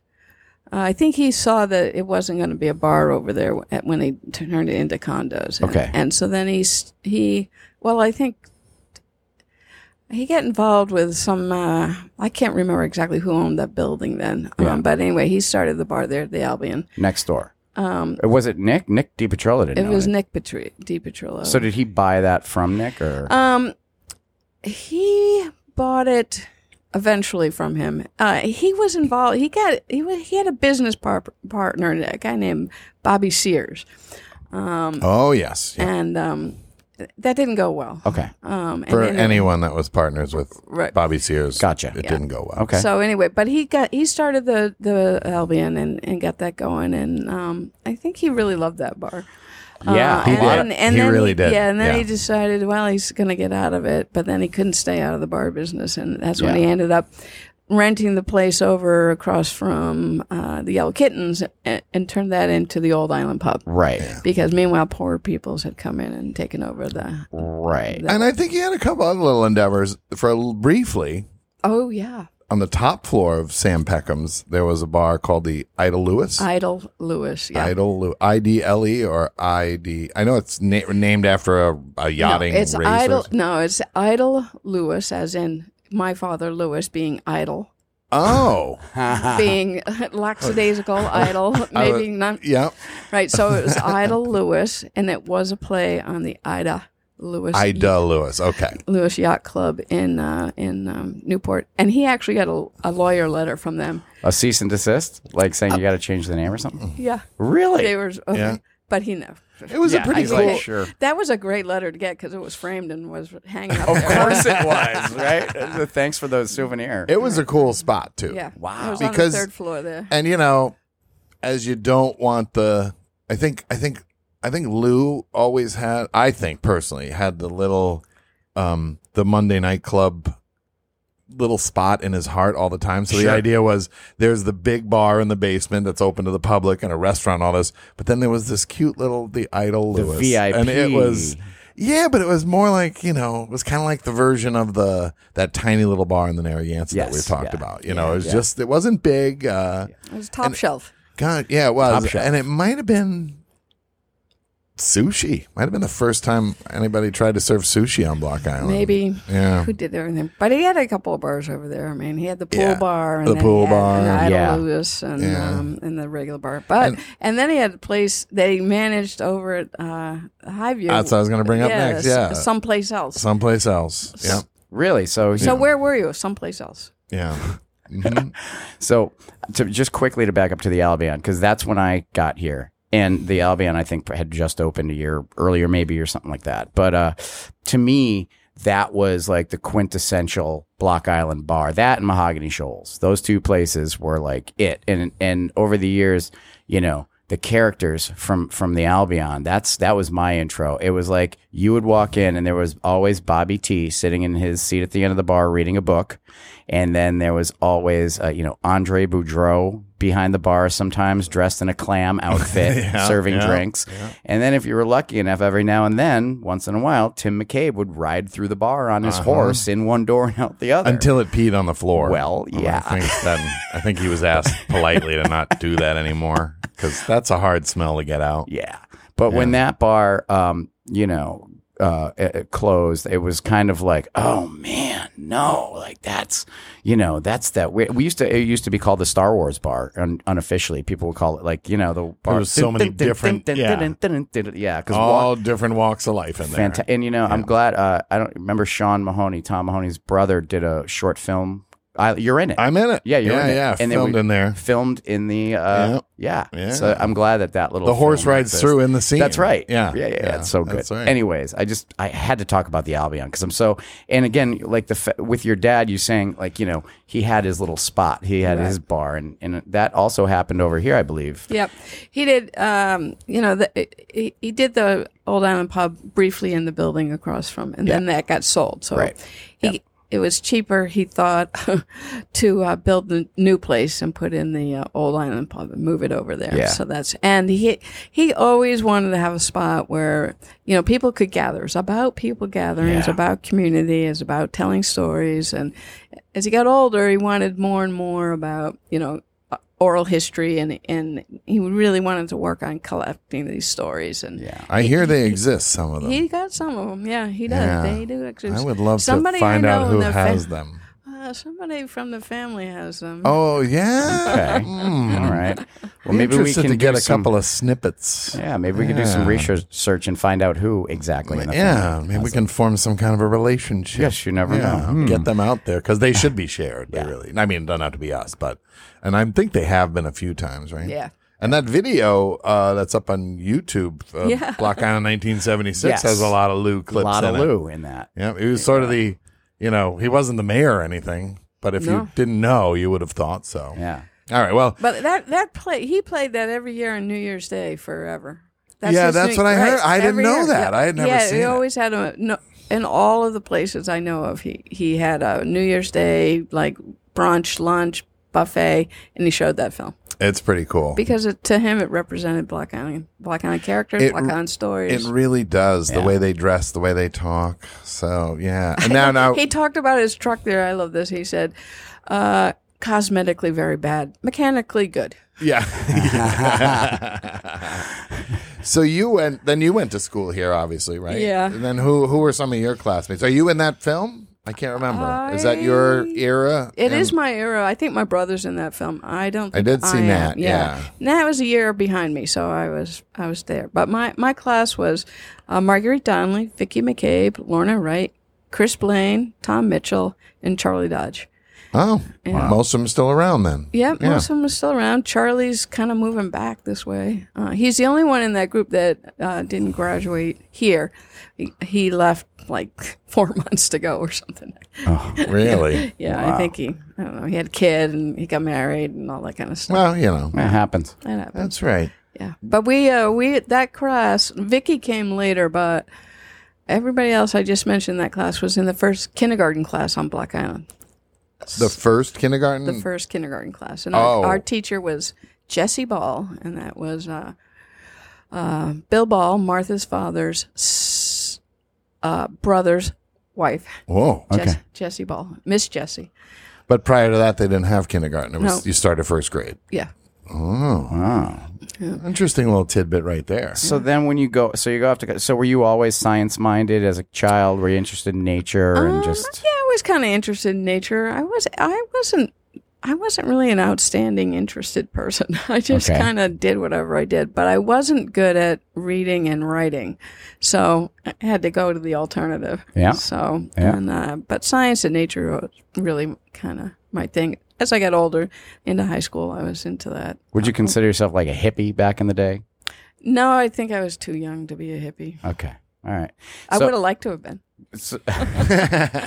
S4: Uh, I think he saw that it wasn't going to be a bar over there at- when they turned it into condos. And-
S2: Okay.
S4: And so then he s- he well, I think he got involved with some. Uh, I can't remember exactly who owned that building then. Um, But anyway, he started the bar there at the Albion.
S2: next door. Um, was it Nick? Nick DiPetrillo didn't.
S4: It
S2: own
S4: was Nick Petri- DiPetrillo.
S2: So did he buy that from Nick or?
S4: Um, he bought it eventually from him. Uh, he was involved. He got he was, he had a business par- partner, a guy named Bobby Sears, Um,
S1: oh yes, yeah. Uh,
S4: and um, that didn't go well.
S2: okay,
S4: Um, and
S1: for
S4: then-
S1: anyone that was partners with
S4: Right.
S1: Bobby Sears.
S2: Gotcha.
S1: It didn't go well.
S2: okay.
S4: So anyway, but he got he started the the Albion and, and got that going, and um, I think he really loved that bar.
S2: yeah,
S4: Uh,
S1: He
S4: and
S1: did.
S4: Then, and
S1: He
S4: then
S1: really did.
S4: Yeah, and then he
S1: Yeah.
S4: decided, well, he's going to get out of it, but then he couldn't stay out of the bar business, and that's when
S2: Yeah.
S4: he ended up renting the place over across from uh, the Yellow Kittens and, and turned that into the Old Island Pub.
S2: right,
S4: Because meanwhile, poor peoples had come in and taken over the.
S2: right.
S1: And I think he had a couple other little endeavors for briefly.
S4: Oh yeah,
S1: on the top floor of Sam Peckham's, there was a bar called the Idle Lewis.
S4: Idle Lewis. Yeah,
S1: Idle Lew- I D L E or I D. I know it's na- named after a, a yachting.
S4: it's
S1: race or
S4: Idle.
S1: something.
S4: No, it's Idle Lewis, as in my father Lewis being idle,
S1: Oh,
S4: being lackadaisical, idle, maybe not
S1: yeah.
S4: right. So it was Idle Lewis, and it was a play on the Ida Lewis
S1: Ida Lewis. Okay.
S4: Lewis Yacht Club in uh, in um, Newport, and he actually got a, a lawyer letter from them.
S2: A cease and desist, like saying you got to change the name or something.
S4: Yeah,
S2: Really?
S4: they were, okay.
S1: Yeah.
S4: but he never.
S1: It was a pretty
S2: I was
S1: cool.
S2: like, sure.
S4: That was a great letter to get because it was framed and was hanging up.
S2: Of
S4: there.
S2: course it was, right? Thanks for the souvenir.
S1: It was a cool spot too.
S4: Yeah.
S2: Wow.
S4: It was on
S1: Because-
S4: the third floor there.
S1: And you know, as you don't want the, I think, I think, I think Lou always had. I think personally had the little, um, the Monday Night Club little spot in his heart all the time. So the
S2: Sure.
S1: idea was there's the big bar in the basement that's open to the public and a restaurant, all this. But then there was this cute little the Idol
S2: The
S1: Lewis,
S2: VIP.
S1: and it was. Yeah, but it was more like you know, it was kind of like the version of the that tiny little bar in the Narragansett that
S2: Yes,
S1: we've talked
S2: yeah.
S1: about. You know, it was
S2: yeah.
S1: just it wasn't big. Uh,
S4: It was top shelf.
S1: God, yeah, it
S2: Top
S1: was,
S2: shelf.
S1: and it might have been sushi. Might have been the first time anybody tried to serve sushi on Block Island.
S4: Maybe
S1: Yeah.
S4: who did everything, but he had a couple of bars over there. I mean, he had the pool
S1: Yeah.
S4: bar and
S1: The
S4: then
S1: pool
S4: he had
S1: bar.
S4: an Idle
S2: Yeah.
S4: Lewis and
S1: Yeah.
S4: um, and the regular bar. But and,
S1: And-
S4: then he had a place that he managed over at uh, Highview.
S1: That's what I was going to bring up
S4: Yeah,
S1: next.
S4: s-
S1: Yeah,
S4: someplace else.
S1: someplace else. Yeah,
S2: Really? So,
S4: So where were you? Someplace else.
S1: yeah. Mhm.
S2: So, to, just quickly to back up to the Albion, because that's when I got here. And the Albion, I think, had just opened a year earlier, maybe, or something like that. But uh, to me, that was like the quintessential Block Island bar. That and Mahogany Shoals. Those two places were like it. And and over the years, you know, the characters from from the Albion. That's that was my intro. It was like you would walk in and there was always Bobby T sitting in his seat at the end of the bar reading a book, and then there was always uh, you know Andre Boudreau behind the bar sometimes dressed in a clam outfit
S1: Yeah,
S2: serving
S1: yeah,
S2: drinks. And then if you were lucky enough every now and then, once in a while, Tim McCabe would ride through the bar on his horse in one door and out the other.
S1: Uh-huh. Until it peed on the floor.
S2: Well,
S1: And
S2: yeah.
S1: I think then I think he was asked politely to not do that anymore because that's a hard smell to get out.
S2: Yeah. But when that bar, um, you know, uh, it, it closed, it was kind of like, oh man, no, like that's, you know, that's that. We, we used to, it used to be called the Star Wars bar un, unofficially. People would call it like, you know, the bar.
S1: was so many different- yeah.
S2: Yeah. Cause
S1: All different walks of life in there.
S2: Fanta- and you know, I'm glad. Uh, I don't remember Sean Mahoney, Tom Mahoney's brother, did a short film. I, you're in it.
S1: I'm in it.
S2: Yeah, you're
S1: yeah,
S2: in it.
S1: yeah.
S2: And then
S1: filmed
S2: we-
S1: in there.
S2: filmed in the uh, yeah.
S1: Yeah.
S2: So I'm glad that that little
S1: The horse
S2: film
S1: rides
S2: exists.
S1: through in the scene.
S2: That's right.
S1: Yeah,
S2: yeah, yeah. yeah. It's so good.
S1: that's right.
S2: Anyways, I just I had to talk about the Albion because I'm so and again like the fa- with your dad, you saying like you know he had his little spot, he had his bar, and and that also happened over here, I believe.
S4: Yep, he did. Um, you know, the, he, he did the Old Island Pub briefly in the building across from, and then that got sold. So
S2: Right.
S4: he it was cheaper, he thought, to uh, build the new place and put in the uh, Old Island Pub and move it over there.
S2: Yeah.
S4: So that's and he he always wanted to have a spot where you know people could gather. It's about people gathering. It's
S2: Yeah.
S4: about community. It's about telling stories. And as he got older, he wanted more and more about you know uh, oral history and and he really wanted to work on collecting these stories and
S2: Yeah.
S1: I hear they exist. Some of them.
S4: he got some of them yeah he does
S1: Yeah.
S4: they do exist
S1: I would love
S4: somebody
S1: to find
S4: I know
S1: out
S4: in
S1: who
S4: the fa-
S1: has them.
S4: uh, somebody from the family has them
S1: Oh yeah.
S2: Okay. All right. Well, maybe
S1: Hmm.
S2: we
S1: interested
S2: can
S1: to get
S2: do
S1: a
S2: some-
S1: couple of snippets.
S2: Yeah, maybe we can do some
S1: Yeah.
S2: research search and find out who exactly. in the
S1: Yeah,
S2: family.
S1: maybe we can form some kind of a relationship.
S2: Yes, you never
S1: Yeah,
S2: know. Hmm.
S1: get them out there because they should be shared. They really. I mean, it doesn't have to be us, but and I think they have been a few times, right?
S4: Yeah.
S1: And that video uh, that's up on YouTube, uh,
S4: Yeah.
S1: Block Island 1976,
S2: Yes.
S1: has a lot of Lou
S2: A
S1: clips.
S2: lot
S1: in
S2: of
S1: it.
S2: Lou in that.
S1: Yeah, he was sort of the, you know, he wasn't the mayor or anything, but if
S4: No.
S1: you didn't know, you would have thought so.
S2: Yeah.
S1: All right. Well,
S4: but that that play he played that every year on New Year's Day forever
S1: Yeah,
S4: his
S1: that's
S4: New-
S1: what I heard. I didn't
S4: every
S1: know
S4: year.
S1: that.
S4: Yeah.
S1: I had never
S4: yeah,
S1: seen
S4: he
S1: it.
S4: always had a no in all of the places I know of he he had a New Year's Day like brunch lunch buffet and he showed that film
S1: It's pretty cool.
S4: because it, to him it represented Black Island, Black Island characters,
S1: It-
S4: Black Island
S1: It
S4: stories.
S1: really does the way they dress, the way they talk. So yeah, and now now
S4: he talked about his truck there. I love this. He said, uh, cosmetically very bad, mechanically good.
S1: yeah. so you went then you went to school here, obviously, right?
S4: Yeah.
S1: And then who who were some of your classmates? Are you in that film? I can't remember. Is that your
S4: I-
S1: era?
S4: It is
S1: And-
S4: my era. I think my brother's in that film. I don't.
S1: I did see
S4: am.
S1: Nat, yeah.
S4: Nat was a year behind me, so I was I was there. But my my class was uh, Marguerite Donnelly, Vicky McCabe, Lorna Wright, Chris Blaine, Tom Mitchell, and Charlie Dodge.
S1: Oh, most of them still around then.
S4: Yep, most of them are still around. Charlie's kind of moving back this way. Uh, he's the only one in that group that uh, didn't graduate here. He, he left like four months to go or something.
S1: Really?
S4: Yeah, I think he, I don't know, he had a kid and he got married and all that kind of stuff.
S1: well, you know,
S2: It happens.
S4: That happened.
S1: that's right.
S4: Yeah, but we uh we that class. Vicky came later, but everybody else I just mentioned that class was in the first kindergarten class on Black Island.
S1: The first kindergarten.
S4: The first kindergarten class, and our,
S1: Hmm. Oh.
S4: our teacher was Jesse Ball, and that was uh, uh, Bill Ball, Martha's father's s- uh, brother's wife,
S1: Whoa!
S4: Jess- Jesse Ball, Miss Jesse.
S1: But prior to that, they didn't have kindergarten. It was
S4: No.
S1: you started first grade.
S4: Yeah,
S1: Oh.
S2: Wow.
S1: Interesting little tidbit right there.
S2: So then when you go, so you go off to, so were you always science minded as a child? Were you interested in nature and
S4: Um,
S2: just,
S4: yeah, I was kind of interested in nature. I was I wasn't I wasn't really an outstanding interested person. I just
S2: Okay.
S4: kind of did whatever I did, but I wasn't good at reading and writing, so I had to go to the alternative.
S2: Yeah.
S4: So
S2: Yeah.
S4: and uh, but science and nature was really kind of my thing. As I got older, into high school, I was into that.
S2: would
S1: Uh-huh.
S2: you consider yourself like a hippie back in the day?
S4: No, I think I was too young to be a hippie.
S2: Okay. All right.
S4: I
S2: So-
S4: would have liked to have been.
S2: It's,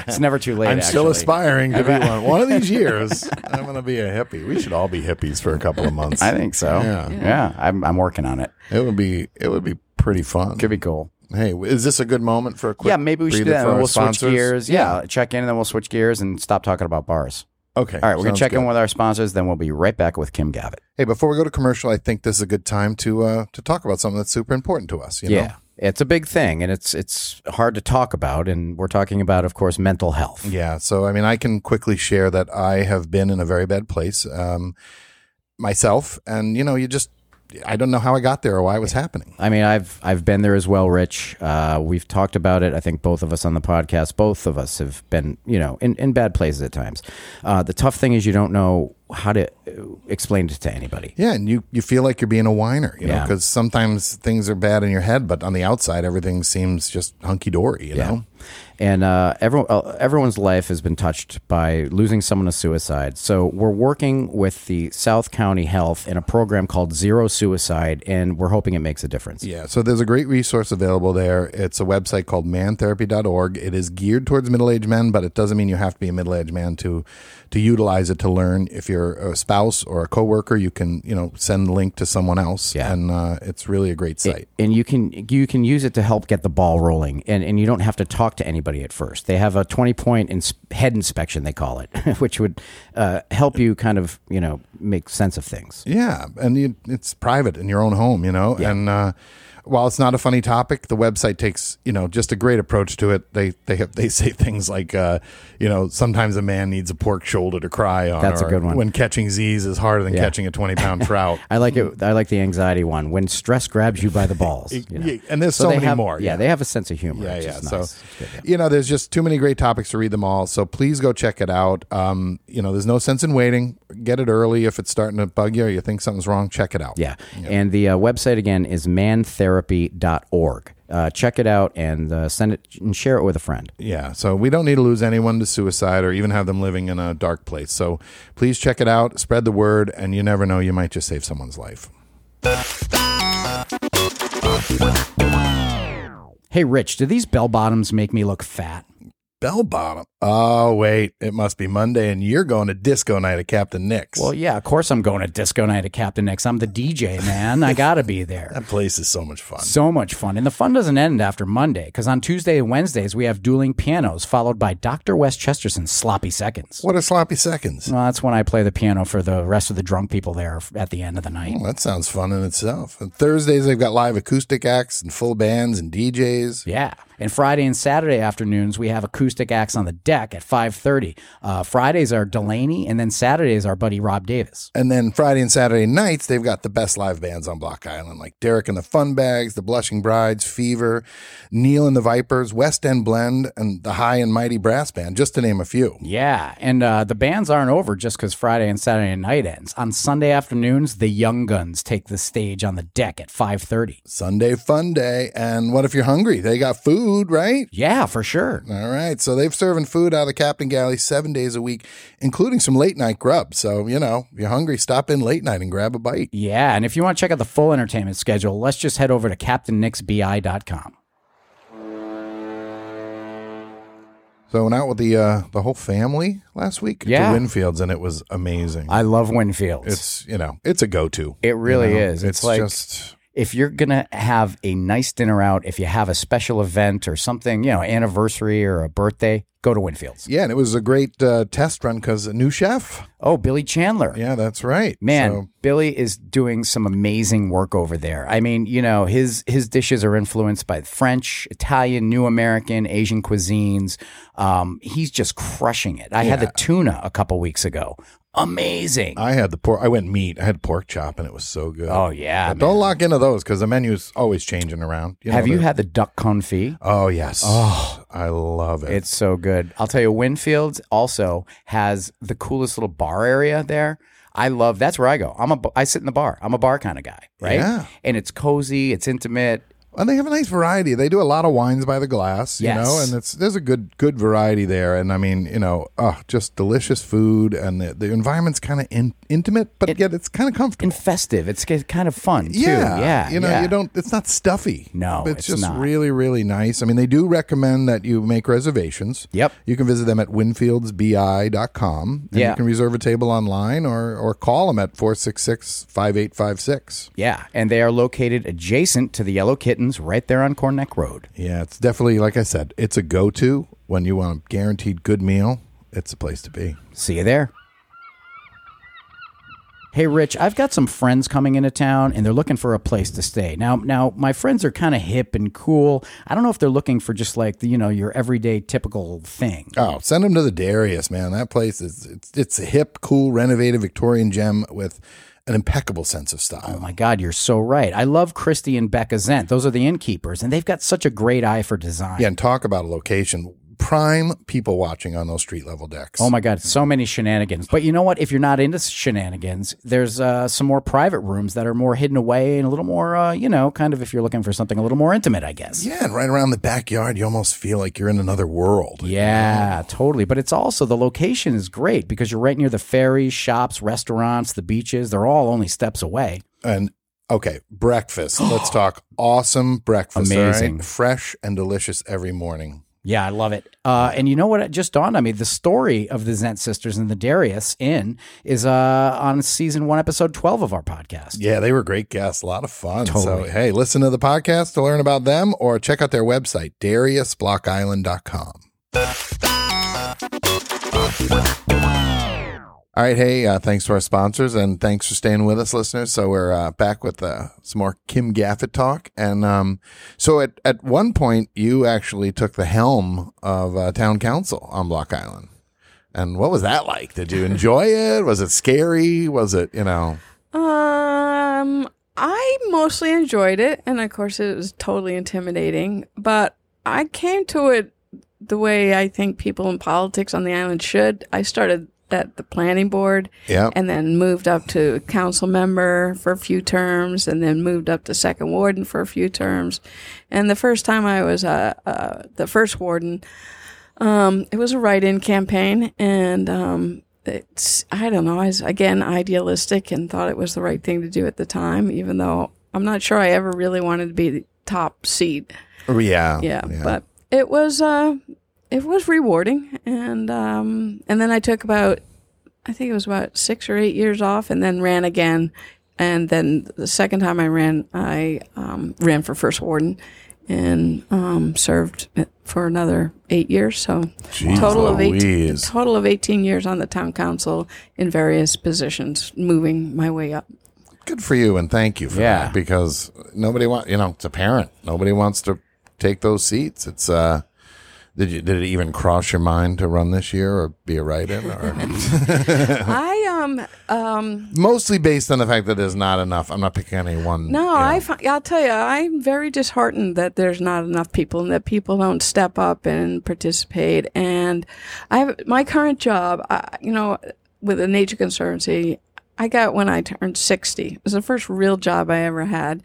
S2: it's never too late.
S1: I'm still
S2: actually.
S1: aspiring to be one. One of these years, I'm going to be a hippie. We should all be hippies for a couple of months.
S2: I think so.
S1: Yeah.
S2: Yeah. I'm, I'm working on it.
S1: It would be it would be pretty fun.
S2: Could be cool.
S1: Hey, is this a good moment for a quick?
S2: yeah. Maybe we should do
S1: breather
S2: that.
S1: for
S2: and
S1: our
S2: We'll
S1: sponsors?
S2: switch gears. Yeah. Check in and then we'll switch gears and stop talking about bars.
S1: Okay.
S2: All right. We're going
S1: sounds
S2: to check in
S1: good.
S2: with our sponsors. Then we'll be right back with Kim Gavitt.
S1: Hey, before we go to commercial, I think this is a good time to uh, to talk about something that's super important to us. You
S2: yeah.
S1: Know?
S2: It's a big thing and it's, it's hard to talk about. And we're talking about, of course, mental health.
S1: Yeah. So, I mean, I can quickly share that I have been in a very bad place um, myself, and you know, you just I don't know how I got there or why it was happening.
S2: I mean, I've I've been there as well, Rich. Uh, we've talked about it. I think both of us on the podcast, both of us have been, you know, in, in bad places at times. Uh, the tough thing is you don't know how to uh, explain it to anybody.
S1: Yeah, and you you feel like you're being a whiner, you know,
S2: Yeah.
S1: because sometimes things are bad in your head, but on the outside, everything seems just hunky dory. You know.
S2: And uh, everyone, uh, everyone's life has been touched by losing someone to suicide. So we're working with the South County Health in a program called Zero Suicide, and we're hoping it makes a difference.
S1: Yeah, so there's a great resource available there. It's a website called mantherapy.org. It is geared towards middle-aged men, but it doesn't mean you have to be a middle-aged man to to utilize it to learn. If you're a spouse or a coworker, you can, you know, send the link to someone else
S2: Yeah.
S1: and uh, it's really a great site.
S2: and you can you can use it to help get the ball rolling and, and you don't have to talk to anybody at first they have a 20 point ins- head inspection they call it which would uh, help you kind of you know make sense of things
S1: Yeah, and you, it's private in your own home, you know. And uh, while it's not a funny topic, the website takes you know just a great approach to it. They they have, they say things like uh, you know sometimes a man needs a pork shoulder to cry on.
S2: That's a
S1: or
S2: good one.
S1: When catching Z's is harder than catching a twenty pound trout.
S2: i like it i like the anxiety one when stress grabs you by the balls you know.
S1: Yeah, and there's so,
S2: they
S1: many
S2: have-
S1: more.
S2: yeah, they have a sense of humor
S1: Yeah,
S2: which
S1: yeah.
S2: is
S1: So,
S2: nice. It's good, yeah.
S1: you know, there's just too many great topics to read them all. So please go check it out. Um, you know, there's no sense in waiting. Get it early if it's starting to bug you or you think something's wrong. Check it out.
S2: Yeah. And the uh, website again is mantherapy.org. Uh, check it out and uh, send it and share it with a friend.
S1: Yeah, so we don't need to lose anyone to suicide or even have them living in a dark place. So please check it out, spread the word, and you never know, you might just save someone's life.
S2: Hey, Rich, do these bell bottoms make me look fat?
S1: bell bottom. Oh wait, it must be Monday, and you're going to disco night at Captain Nick's.
S2: Well, yeah, of course I'm going to disco night at Captain Nick's. I'm the DJ, man. I got to be there.
S1: that place is so much fun.
S2: So much fun. And the fun doesn't end after Monday because on Tuesday and Wednesdays, we have dueling pianos followed by Dr. West Chesterson's Sloppy Seconds.
S1: what are sloppy seconds?
S2: Well, that's when I play the piano for the rest of the drunk people there at the end of the night.
S1: Well, that sounds fun in itself. And Thursdays they've got live acoustic acts and full bands and DJs.
S2: Yeah. And Friday and Saturday afternoons, we have acoustic acts on the deck at 5.30. Uh, Fridays are Delaney, and then Saturdays are buddy Rob Davis.
S1: And then Friday and Saturday nights they've got the best live bands on Block Island, like Derek and the Fun Bags, the Blushing Brides, Fever, Neil and the Vipers, West End Blend, and the High and Mighty Brass Band, just to name a few.
S2: Yeah. And uh, the bands aren't over just because Friday and Saturday night ends. On Sunday afternoons, the Young Guns take the stage on the deck at 5.30.
S1: Sunday Fun Day, and what if you're hungry? They got food, right?
S2: Yeah, for sure.
S1: All right. So they've serving food out of Captain Galley seven days a week, including some late night grub. So, you know, if you're hungry, stop in late night and grab a bite.
S2: Yeah. And if you want to check out the full entertainment schedule, let's just head over to CaptainNicksBI.com.
S1: So I went out with the uh, the whole family last week
S2: Yeah.
S1: to Winfield's and it was amazing.
S2: I love Winfields.
S1: it's you know, it's a go to.
S2: It really is. It's,
S1: It's,
S2: like
S1: just
S2: if you're gonna have a nice dinner out, if you have a special event or something, you know, anniversary or a birthday, go to Winfield's.
S1: yeah, and it was a great uh, test run because a new chef.
S2: Oh, Billy Chandler.
S1: Yeah, that's right.
S2: Man,
S1: So-
S2: Billy is doing some amazing work over there. I mean, you know, his his dishes are influenced by French, Italian, New American, Asian cuisines. Um, he's just crushing it. I had the tuna a couple weeks ago. Amazing.
S1: I had the pork. I went meat. I had pork chop, and it was so good.
S2: oh yeah.
S1: But don't lock into those because the menu's always changing around. know,
S2: Have you
S1: they're-
S2: had the duck confit?
S1: Oh yes. Oh, I love it.
S2: It's so good. I'll tell you, Winfields also has the coolest little bar area there. I love that's where I go. I'm a I sit in the bar. I'm a bar kind of guy, right?
S1: Yeah.
S2: And it's cozy, it's intimate.
S1: And they have a nice variety. They do a lot of wines by the glass, you
S2: Yes.
S1: know, and it's there's a good good variety there. And I mean, you know, oh, just delicious food, and the, the environment's kind of in, intimate, but yet it's kind of comfortable.
S2: And festive. It's ki- kind of fun too.
S1: yeah,
S2: yeah.
S1: You know,
S2: yeah.
S1: you don't. It's not stuffy.
S2: No,
S1: it's,
S2: it's
S1: just
S2: not.
S1: really really nice. I mean, they do recommend that you make reservations.
S2: Yep.
S1: You can visit them at winfieldsbi.com. And
S2: Yeah.
S1: You can reserve a table online or or call them at 466-5856.
S2: Yeah. And they are located adjacent to the Yellow Kittens right there on Corneck Road.
S1: Yeah, it's definitely like I said, it's a go-to when you want a guaranteed good meal. It's a place to be.
S2: See you there. Hey, Rich, I've got some friends coming into town and they're looking for a place to stay. Now, now my friends are kind of hip and cool. I don't know if they're looking for just like, the, you know, your everyday typical thing.
S1: Oh, send them to the Darius, man. That place is it's, it's a hip, cool, renovated Victorian gem with an impeccable sense of
S2: Oh
S1: style.
S2: my God, you're so right. I love Christy and Becca Zent. Those are the innkeepers, and they've got such a great eye for design.
S1: Yeah, and talk about a location. Prime people watching on those street level decks.
S2: Oh my God, so many shenanigans. But you know what? If you're not into shenanigans, there's uh, some more private rooms that are more hidden away and a little more, uh, you know, kind of if you're looking for something a little more intimate, I guess.
S1: Yeah, and right around the backyard, you almost feel like you're in another world.
S2: Yeah, totally. But it's also the location is great because you're right near the ferries, shops, restaurants, the beaches. They're all only steps away.
S1: And okay, breakfast. Let's talk awesome breakfast. all right?
S2: Amazing.
S1: Fresh and delicious every morning.
S2: Yeah, I love it. Uh, and you know what? It just dawned on me. The story of the Zent sisters and the Darius Inn is uh, on season one, episode 12 of our podcast.
S1: Yeah, they were great guests. A lot of fun.
S2: Totally.
S1: So, hey, listen to the podcast to learn about them or check out their website, dariusblockisland.com. All right. Hey, uh, thanks to our sponsors and thanks for staying with us, listeners. So, we're uh, back with uh, some more Kim Gaffett talk. And um, so, at, at one point, you actually took the helm of uh, town council on Block Island. And what was that like? Did you enjoy it? Was it scary? Was it, you know?
S4: Um, I mostly enjoyed it, and of course, it was totally intimidating. But I came to it the way I think people in politics on the island should. I started at the planning board,
S1: Yeah.
S4: and then moved up to council member for a few terms, and then moved up to second warden for a few terms. And the first time I was uh, uh, the first warden, um, it was a write-in campaign, and um, it's I don't know. I was again idealistic and thought it was the right thing to do at the time, even though I'm not sure I ever really wanted to be the top seat.
S1: Yeah.
S4: Yeah, but it was uh, it was rewarding, and um, and then I took about, I think it was about six or eight years off, and then ran again, and then the second time I ran, I um, ran for first warden, and um, served for another eight years. So
S1: Jeez
S4: total of eighteen,
S1: Louise.
S4: total of eighteen years on the town council in various positions, moving my way up.
S1: Good for you, and thank you for
S2: Yeah.
S1: that because nobody wants. You know, it's apparent nobody wants to take those seats. It's uh, did you did it even cross your mind to run this year or be a write-in or Uh-huh.
S4: I um
S1: mostly based on the fact that there's not enough. I'm not picking any one.
S4: No,
S1: you know.
S4: I fi- I'll tell you, I'm very disheartened that there's not enough people and that people don't step up and participate. And I have my current job, I, you know, with the Nature Conservancy, I got when I turned 60. It was the first real job I ever had.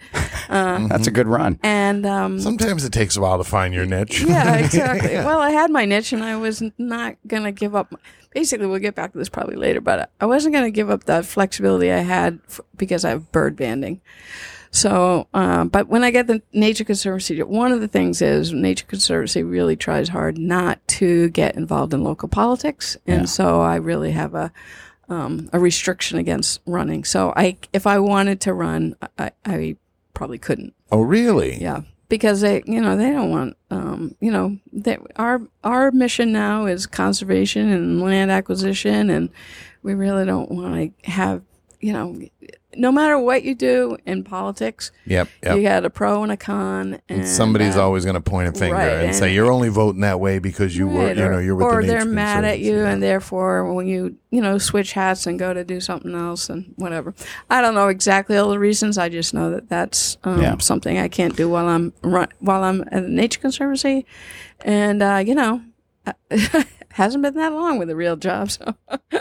S2: That's a good run.
S4: And um,
S1: Sometimes it takes a while to find your niche.
S4: yeah, exactly. Well, I had my niche and I was not going to give up. Basically, we'll get back to this probably later, but I wasn't going to give up that flexibility I had f- because I have bird banding. So, um, but when I get the Nature Conservancy, one of the things is Nature Conservancy really tries hard not to get involved in local politics. And so I really have a, um, a restriction against running. So I, if I wanted to run, I, I probably couldn't.
S1: Oh, really?
S4: Yeah, because they, you know, they don't want, um, you know, that our our mission now is conservation and land acquisition, and we really don't want to have, you know, no matter what you do in politics,
S1: Yep. Yep.
S4: you got a pro and a con, and
S1: Somebody's
S4: uh,
S1: always going to point a finger
S4: right,
S1: and,
S4: and-
S1: say you're only voting that way because you were,
S4: Right,
S1: you
S4: or-
S1: know, you're with
S4: or
S1: the
S4: they're
S1: nature
S4: mad at
S1: conservancy.
S4: you, and therefore, when you you know switch hats and go to do something else and whatever, I don't know exactly all the reasons. I just know that that's um,
S2: Yeah.
S4: something I can't do while I'm run, while I'm at the Nature Conservancy, and uh, you know, hasn't been that long with a real job, so
S1: Yeah, no,
S2: you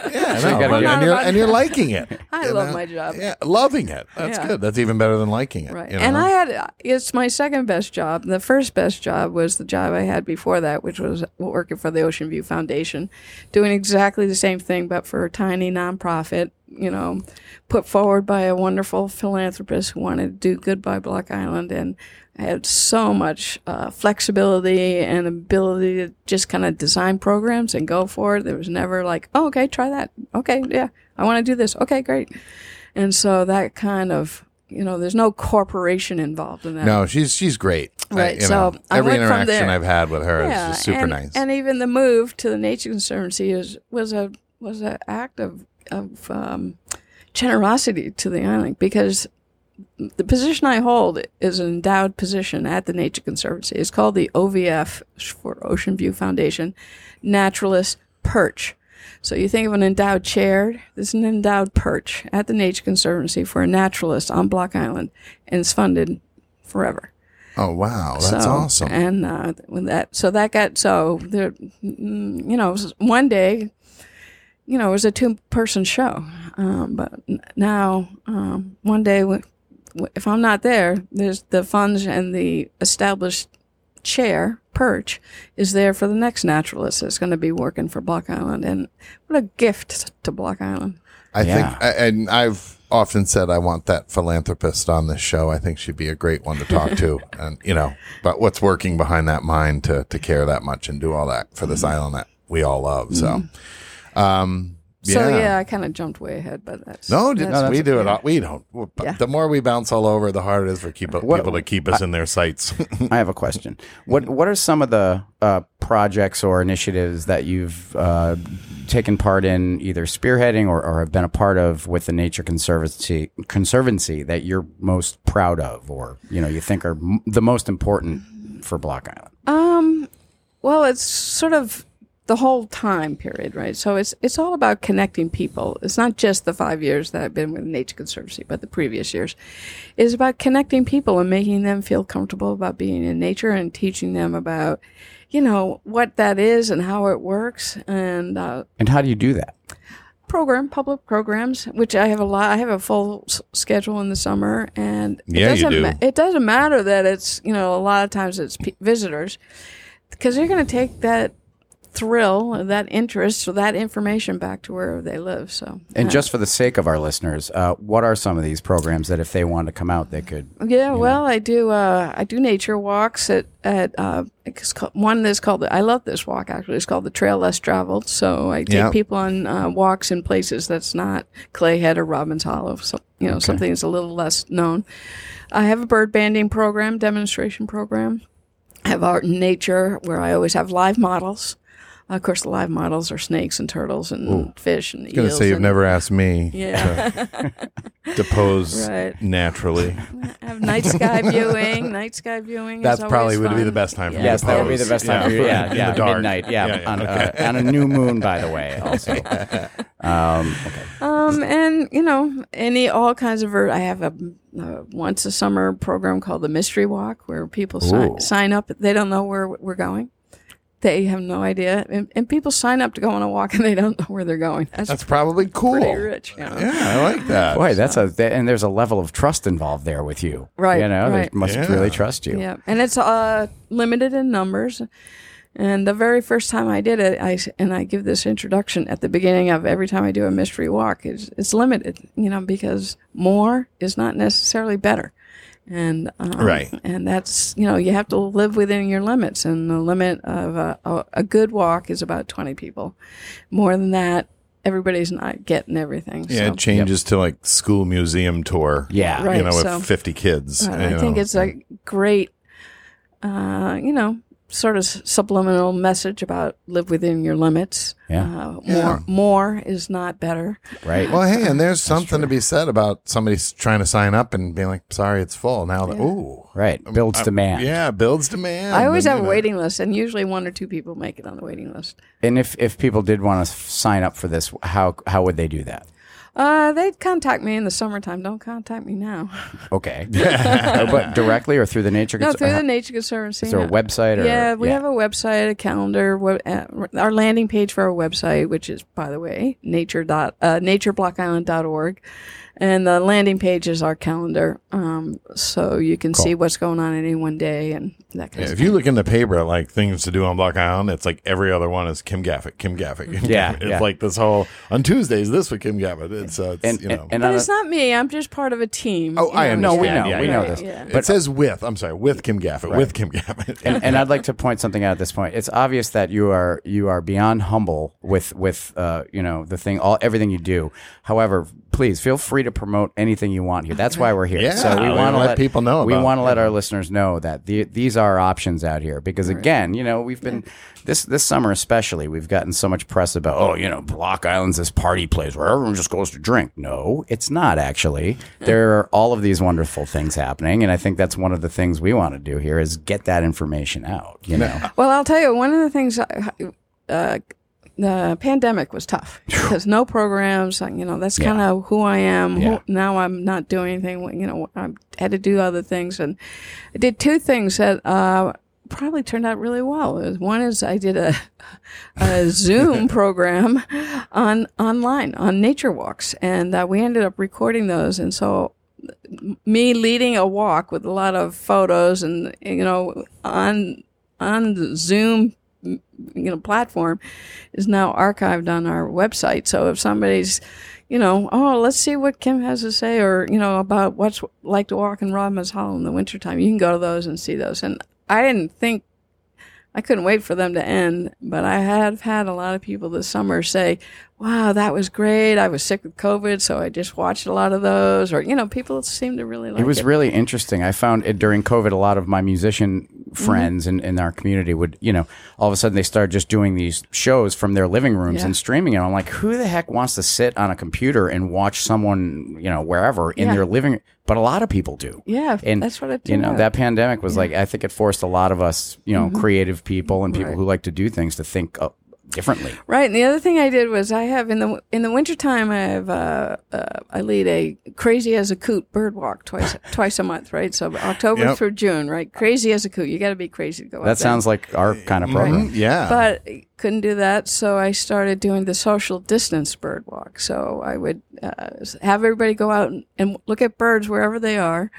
S2: gotta
S1: and,
S2: get-
S1: you're, and you're liking it.
S4: I
S1: you
S4: love
S1: know?
S4: my job.
S1: Yeah, loving it. That's
S4: Yeah.
S1: good. That's even better than liking it.
S4: Right.
S1: you
S4: And
S1: know?
S4: I had, it's my second best job. The first best job was the job I had before that, which was working for the Ocean View Foundation, doing exactly the same thing, but for a tiny nonprofit, you know, put forward by a wonderful philanthropist who wanted to do good by Block Island. And I had so much uh, flexibility and ability to just kind of design programs and go for it. There was never like, oh, okay, try that. Okay, yeah, I want to do this. Okay, great. And so that kind of, you know, there's no corporation involved in that.
S1: no, she's she's great. I-
S4: uh, Right,
S1: you
S4: so
S1: know,
S4: I
S1: every
S4: went from
S1: interaction
S4: there.
S1: I've had with her
S4: Yeah,
S1: is just super
S4: and,
S1: nice.
S4: And even the move to the Nature Conservancy is was a was an act of of um, generosity to the island because the position I hold is an endowed position at the Nature Conservancy. It's called the OVF for Ocean View Foundation Naturalist Perch. So you think of an endowed chair. There's an endowed perch at the Nature Conservancy for a naturalist on Block Island, and it's funded forever.
S1: oh wow, that's
S4: So,
S1: awesome.
S4: And uh, when that, so that got so there, mm, you know, it was one day, you know, it was a two-person show, um, but n- now um, one day, w- w- if I'm not there, there's the funds and the established chair perch is there for the next naturalist that's going to be working for Block Island, and what a gift to Block Island.
S1: I
S2: Yeah.
S1: think, I- and I've often said I want that philanthropist on this show. I think she'd be a great one to talk to, and you know, but what's working behind that mind to to care that much and do all that for
S4: Mm.
S1: this island that we all love. So, um, yeah.
S4: So yeah, I kind of jumped way ahead, but that's
S1: No, d-
S4: that's-
S1: we do it. All, we don't. we're-
S4: Yeah.
S1: The more we bounce all over, the harder it is for keep,
S2: What-
S1: people to keep us in their sights.
S2: I have a question. What What are some of the uh, projects or initiatives that you've uh, taken part in, either spearheading or, or have been a part of with the Nature Conservancy Conservancy that you're most proud of, or you know you think are m- the most important for Block Island?
S4: Um, well, it's sort of the whole time period, right? So it's it's all about connecting people. It's not just the five years that I've been with Nature Conservancy, but the previous years. It's about connecting people and making them feel comfortable about being in nature and teaching them about, you know, what that is and how it works and uh,
S2: And how do you do that?
S4: program public programs which i have a lot i have a full s- schedule in the summer and it
S1: Yeah, you
S4: doesn't
S1: do.
S4: ma- it doesn't matter that it's you know a lot of times it's p- visitors because they're going to take that thrill, that interest, or that information back to wherever they live. So,
S2: And just for the sake of our listeners, uh, what are some of these programs that if they wanted to come out, they could?
S4: yeah, well, I do. Uh, I do nature walks at at uh, it's called, one that's called. The, I love this walk actually. It's called the Trail Less Traveled. So I take
S1: Yeah.
S4: people on uh, walks in places that's not Clayhead or Robbins Hollow. So you know something that's a little less known. I have a bird banding program, demonstration program. I have art and nature where I always have live models. Uh, Of course, the live models are snakes and turtles and fish and
S1: gonna
S4: eels.
S1: say you've
S4: and-
S1: never asked me
S4: Yeah.
S1: to depose
S4: Right.
S1: naturally.
S4: I have night sky viewing. Night sky viewing.
S1: That
S4: is always
S1: probably would be
S4: fun.
S1: the best time for me
S4: Yeah.
S1: to
S2: Yes, that would be the
S1: pose.
S2: best time for you. Yeah,
S1: in
S2: yeah,
S1: the dark.
S2: midnight. Yeah,
S1: yeah,
S2: on, uh, on a new moon, by the way. Also, um, okay.
S4: Um, and you know, any all kinds of. Ver- I have a uh, once a summer program called the Mystery Walk, where people
S2: Ooh.
S4: sign, sign up. They don't know where we're going. They have no idea, and, and people sign up to go on a walk, and they don't know where they're going. That's,
S1: That's probably cool.
S4: pretty rich. You know?
S1: Yeah, I like that.
S2: boy, that's a th- and there's a level of trust involved there with you,
S4: Right,
S2: You know,
S4: right.
S2: they must
S1: Yeah.
S2: really trust you.
S4: Yeah, and it's uh, limited in numbers. And the very first time I did it, I s- and I give this introduction at the beginning of every time I do a mystery walk. It's it's limited, you know, because more is not necessarily better. And um,
S1: Right.
S4: and that's you know you have to live within your limits, and the limit of a, a, a good walk is about twenty people. More than that, everybody's not getting everything.
S1: Yeah,
S4: so.
S1: it changes to like school museum tour.
S2: Yeah.
S1: you
S4: Right,
S1: know, with
S4: so-
S1: fifty kids.
S4: But
S1: you
S4: I think
S1: know.
S4: it's a great, uh, you know, sort of s- subliminal message about live within your limits.
S2: Yeah.
S4: Uh,
S1: Yeah.
S4: More, more is not better.
S2: right.
S1: well, hey, and there's something to be said about somebody s- trying to sign up and being like, "Sorry, it's full." Now that, ooh,
S2: right, builds demand.
S1: um, uh, yeah, builds demand.
S4: I always
S1: and,
S4: have
S1: you
S4: a
S1: know.
S4: waiting list, and usually one or two people make it on the waiting list.
S2: And if if people did want to sign up for this, how how would they do that?
S4: Uh, they'd contact me in the summertime. Don't contact me now.
S2: Okay, Oh, but directly or through the nature.
S4: no,
S2: Cons-
S4: through
S2: uh,
S4: the Nature Conservancy.
S2: is there a
S4: no.
S2: website? Or,
S4: yeah, we have a website, a calendar, web, uh, our landing page for our website, which is, by the way, nature dot, uh, natureblockeisland.org. And the landing page is our calendar. Um, so you can see what's going on any one day and that kind
S1: Yeah,
S4: of
S1: if
S4: stuff.
S1: you look in the paper, like things to do on Block Island, it's like every other one is Kim Gaffick, Kim Gaffick. Kim
S2: Yeah,
S1: Gaffick. it's
S2: yeah.
S1: like this whole on Tuesdays this with Kim Gaffick. It's, uh, it's
S2: And,
S1: you know,
S2: and, and
S4: But
S2: on a-
S4: it's not me. I'm just part of a team.
S1: Oh, I
S4: am.
S1: am.
S2: no, we
S1: Yeah,
S2: know,
S1: yeah,
S2: we
S1: yeah.
S2: know
S1: Right,
S2: this.
S4: yeah.
S1: it says with. I'm sorry, with Kim Gaffick, with Kim Gaffick.
S2: and, and I'd like to point something out at this point. It's obvious that you are you are beyond humble with with uh, you know the thing all everything you do. However, please feel free to promote anything you want here. That's why we're here.
S1: Yeah,
S2: so we
S1: we
S2: want to
S1: let people know
S2: We
S1: about-
S2: want to let our listeners know that the, these are options out here because again, you know, we've been this this summer especially we've gotten so much press about oh you know Block Island's this party place where everyone just goes to drink. No, it's not actually. There are all of these wonderful things happening, and I think that's one of the things we want to do here is get that information out. You know.
S4: Well, I'll tell you, one of the things, I- uh, the pandemic was tough because no programs, you know, that's kind of who I am.
S2: Yeah.
S4: Who, now I'm not doing anything, you know, I had to do other things. And I did two things that uh, probably turned out really well. Uh, One is I did a, a Zoom program on online on nature walks, and uh, we ended up recording those. And so me leading a walk with a lot of photos and you know on on the Zoom you know platform is now archived on our website. So if somebody's you know, oh, let's see what Kim has to say, or you know, about what's like to walk in Rodman's Hollow in the wintertime. You can go to those and see those. And I didn't think I couldn't wait for them to end, but I have had a lot of people this summer say, "Wow, that was great! I was sick with COVID, so I just watched a lot of those." Or you know, people seem to really like
S2: It was really interesting. I found it during COVID, a lot of my musician
S4: Mm-hmm.
S2: friends in, in our community would, you know, all of a sudden they started just doing these shows from their living rooms
S4: Yeah.
S2: and streaming it. I'm like, who the heck wants to sit on a computer and watch someone, you know, wherever in
S4: Yeah.
S2: their living? But a lot of people do.
S4: Yeah, Mm-hmm.
S2: And
S4: that's what I
S2: you know
S4: do.
S2: that pandemic was like. I think it forced a lot of us, you know, creative people and people who like to do things to think uh, differently.
S4: Right. And the other thing I did was I have in the in the wintertime I have uh, uh, I lead a crazy as a coot bird walk twice twice a month, right? So October
S1: Yep.
S4: through June, right? Crazy as a coot. You got to be crazy to go. out there.
S2: That sounds like our kind of program.
S1: Mhm, yeah,
S4: But couldn't do that, so I started doing the social distance bird walk. So I would uh, have everybody go out and, and look at birds wherever they are.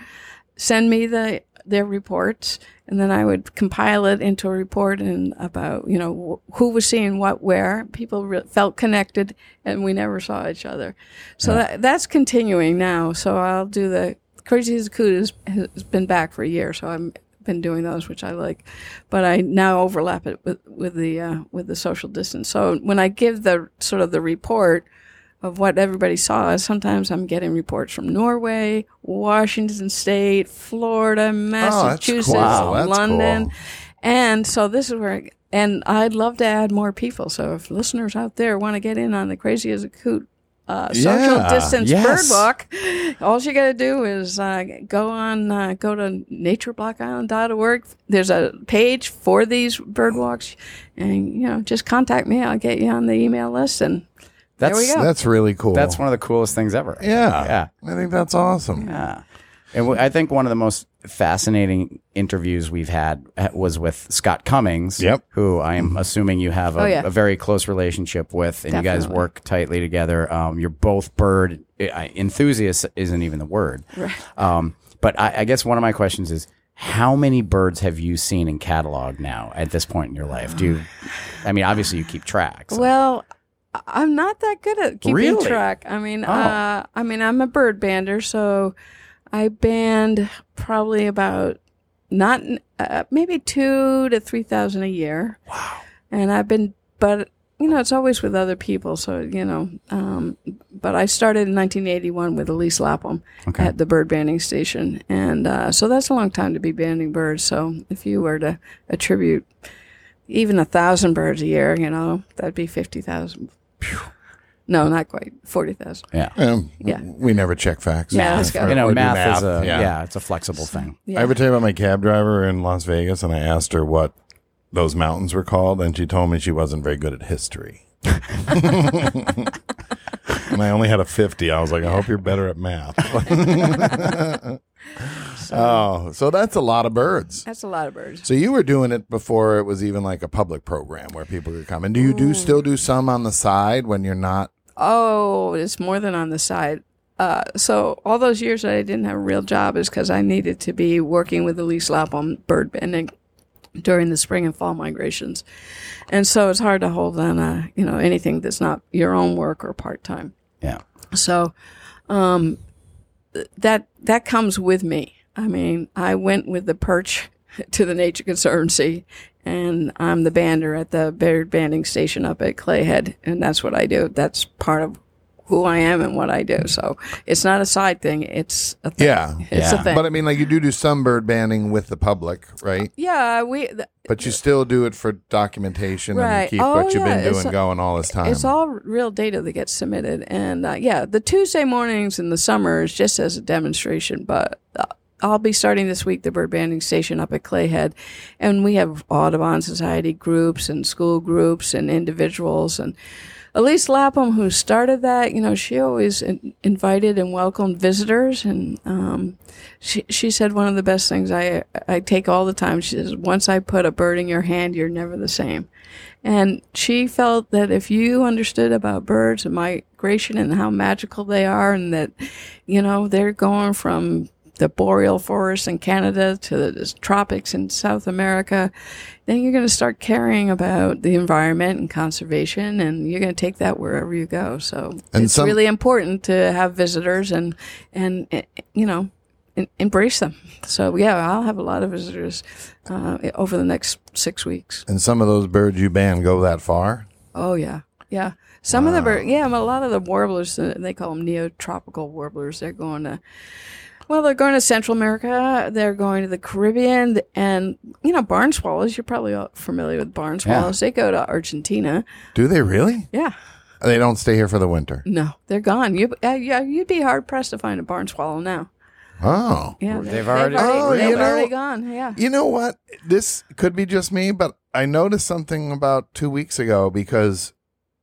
S4: Send me the their reports, and then I would compile it into a report and about you know wh- who was seeing what where. People re- felt connected, and we never saw each other. So that, that's continuing now. So I'll do the Crazy as a Coot has, has been back for a year, so I'm been doing those, which I like, but I now overlap it with with the uh, with the social distance. So when I give the sort of the report of what everybody saw, sometimes I'm getting reports from Norway, Washington State, Florida,
S2: Oh,
S4: Massachusetts,
S1: Oh, Wow, that's
S4: London,
S1: cool.
S4: and so this is where. I, and I'd love to add more people. So if listeners out there want to get in on the Crazy as a Coot uh, social
S1: Yeah.
S4: distance
S2: Yes.
S4: bird walk, all you got to do is uh, go on, uh, go to natureblockout.org. There's a page for these bird walks, and you know, just contact me. I'll get you on the email list, and
S2: That's
S4: there we go.
S1: That's really cool.
S2: that's one of the coolest things ever.
S1: yeah.
S2: Yeah.
S1: I think that's awesome.
S2: Yeah. And w- I think one of the most fascinating interviews we've had uh, was with Scott Cummings,
S1: Yep.
S2: who I am assuming you have a,
S4: Oh, yeah.
S2: a very close relationship with, and you guys
S4: Definitely.
S2: work tightly together. Um, you're both bird I- enthusiasts, isn't even the word. Right. Um, but I, I guess one of my questions is how many birds have you seen in catalog now at this point in your life? Do you, I mean, obviously you keep track. so-
S4: Well, I- I'm not that good at keeping
S2: Really?
S4: track. I mean, uh, I mean, I'm a bird bander, so I band probably about not uh, maybe two to three thousand a year. Wow! And I've been, but you know, it's always with other people, so you know. Um, but I started in 1981 with Elise Lapham
S2: Okay.
S4: at the bird banding station, and uh, so that's a long time to be banding birds. So if you were to attribute even a thousand birds a year, you know, that'd be fifty thousand. No, not quite forty thousand.
S2: yeah.
S1: Um,
S4: Yeah.
S1: We never check facts.
S4: Yeah, let's go.
S2: You know,
S1: Or do
S2: math, is a,
S1: yeah.
S2: yeah. it's a flexible thing.
S1: I ever tell you about my cab driver in Las Vegas, and I asked her what those mountains were called, and she told me she wasn't very good at history. and I only had a fifty. I was like, I hope you're better at math. oh, so Uh, that's a lot of birds.
S4: That's a lot of birds.
S1: So you were doing it before it was even like a public program where people could come. And do you do still do some on the side when you're not?
S4: Oh, it's more than on the side. Uh, so all those years that I didn't have a real job is because I needed to be working with Elise Lapham bird banding during the spring and fall migrations, and so it's hard to hold on uh, you know anything that's not your own work or part time.
S2: Yeah.
S4: So um, th- that that comes with me. I mean, I went with the perch to the Nature Conservancy, and I'm the bander at the bird banding station up at Clayhead, and that's what I do. That's part of who I am and what I do. So it's not a side thing. It's a thing.
S1: Yeah.
S4: It's
S2: Yeah.
S4: a thing.
S1: But I mean, like you do do some bird banding with the public, right?
S4: yeah, we. th-
S1: But you still do it for documentation and
S4: Right.
S1: keep
S4: Oh,
S1: what you've
S4: yeah,
S1: been
S4: it's
S1: doing
S4: a-
S1: going all this time.
S4: It's all real data that gets submitted, and uh, yeah, the Tuesday mornings in the summer is just as a demonstration. But uh, I'll be starting this week the bird banding station up at Clayhead, and we have Audubon Society groups and school groups and individuals and. Elise Lapham, who started that, you know, she always in- invited and welcomed visitors, and um, she she said one of the best things I I take all the time. She says, "Once I put a bird in your hand, you're never the same." And she felt that if you understood about birds and migration and how magical they are, and that, you know, they're going from the boreal forests in Canada to the tropics in South America, then you're going to start caring about the environment and conservation, and you're going to take that wherever you go. So
S1: And
S4: it's
S1: some-
S4: really important to have visitors and, and eh, you know, en- embrace them. So yeah, I'll have a lot of visitors uh, over the next six weeks.
S1: and some of those birds you ban go that far.
S4: Oh yeah, yeah. Some of the bird, yeah, a lot of the warblers, uh, they call them neotropical warblers. They're going to, well, they're going to Central America. They're going to the Caribbean, and you know, barn swallows. You're probably all familiar with barn swallows. They go to Argentina.
S1: Do they really?
S4: Yeah.
S1: They don't stay here for the winter.
S4: No, they're gone. You, uh, yeah, you'd be hard pressed to find a barn swallow now.
S1: Oh.
S4: Yeah,
S2: They've already-
S1: Oh,
S4: they've
S1: you know-
S4: already gone. Yeah.
S1: You know what? This could be just me, but I noticed something about two weeks ago because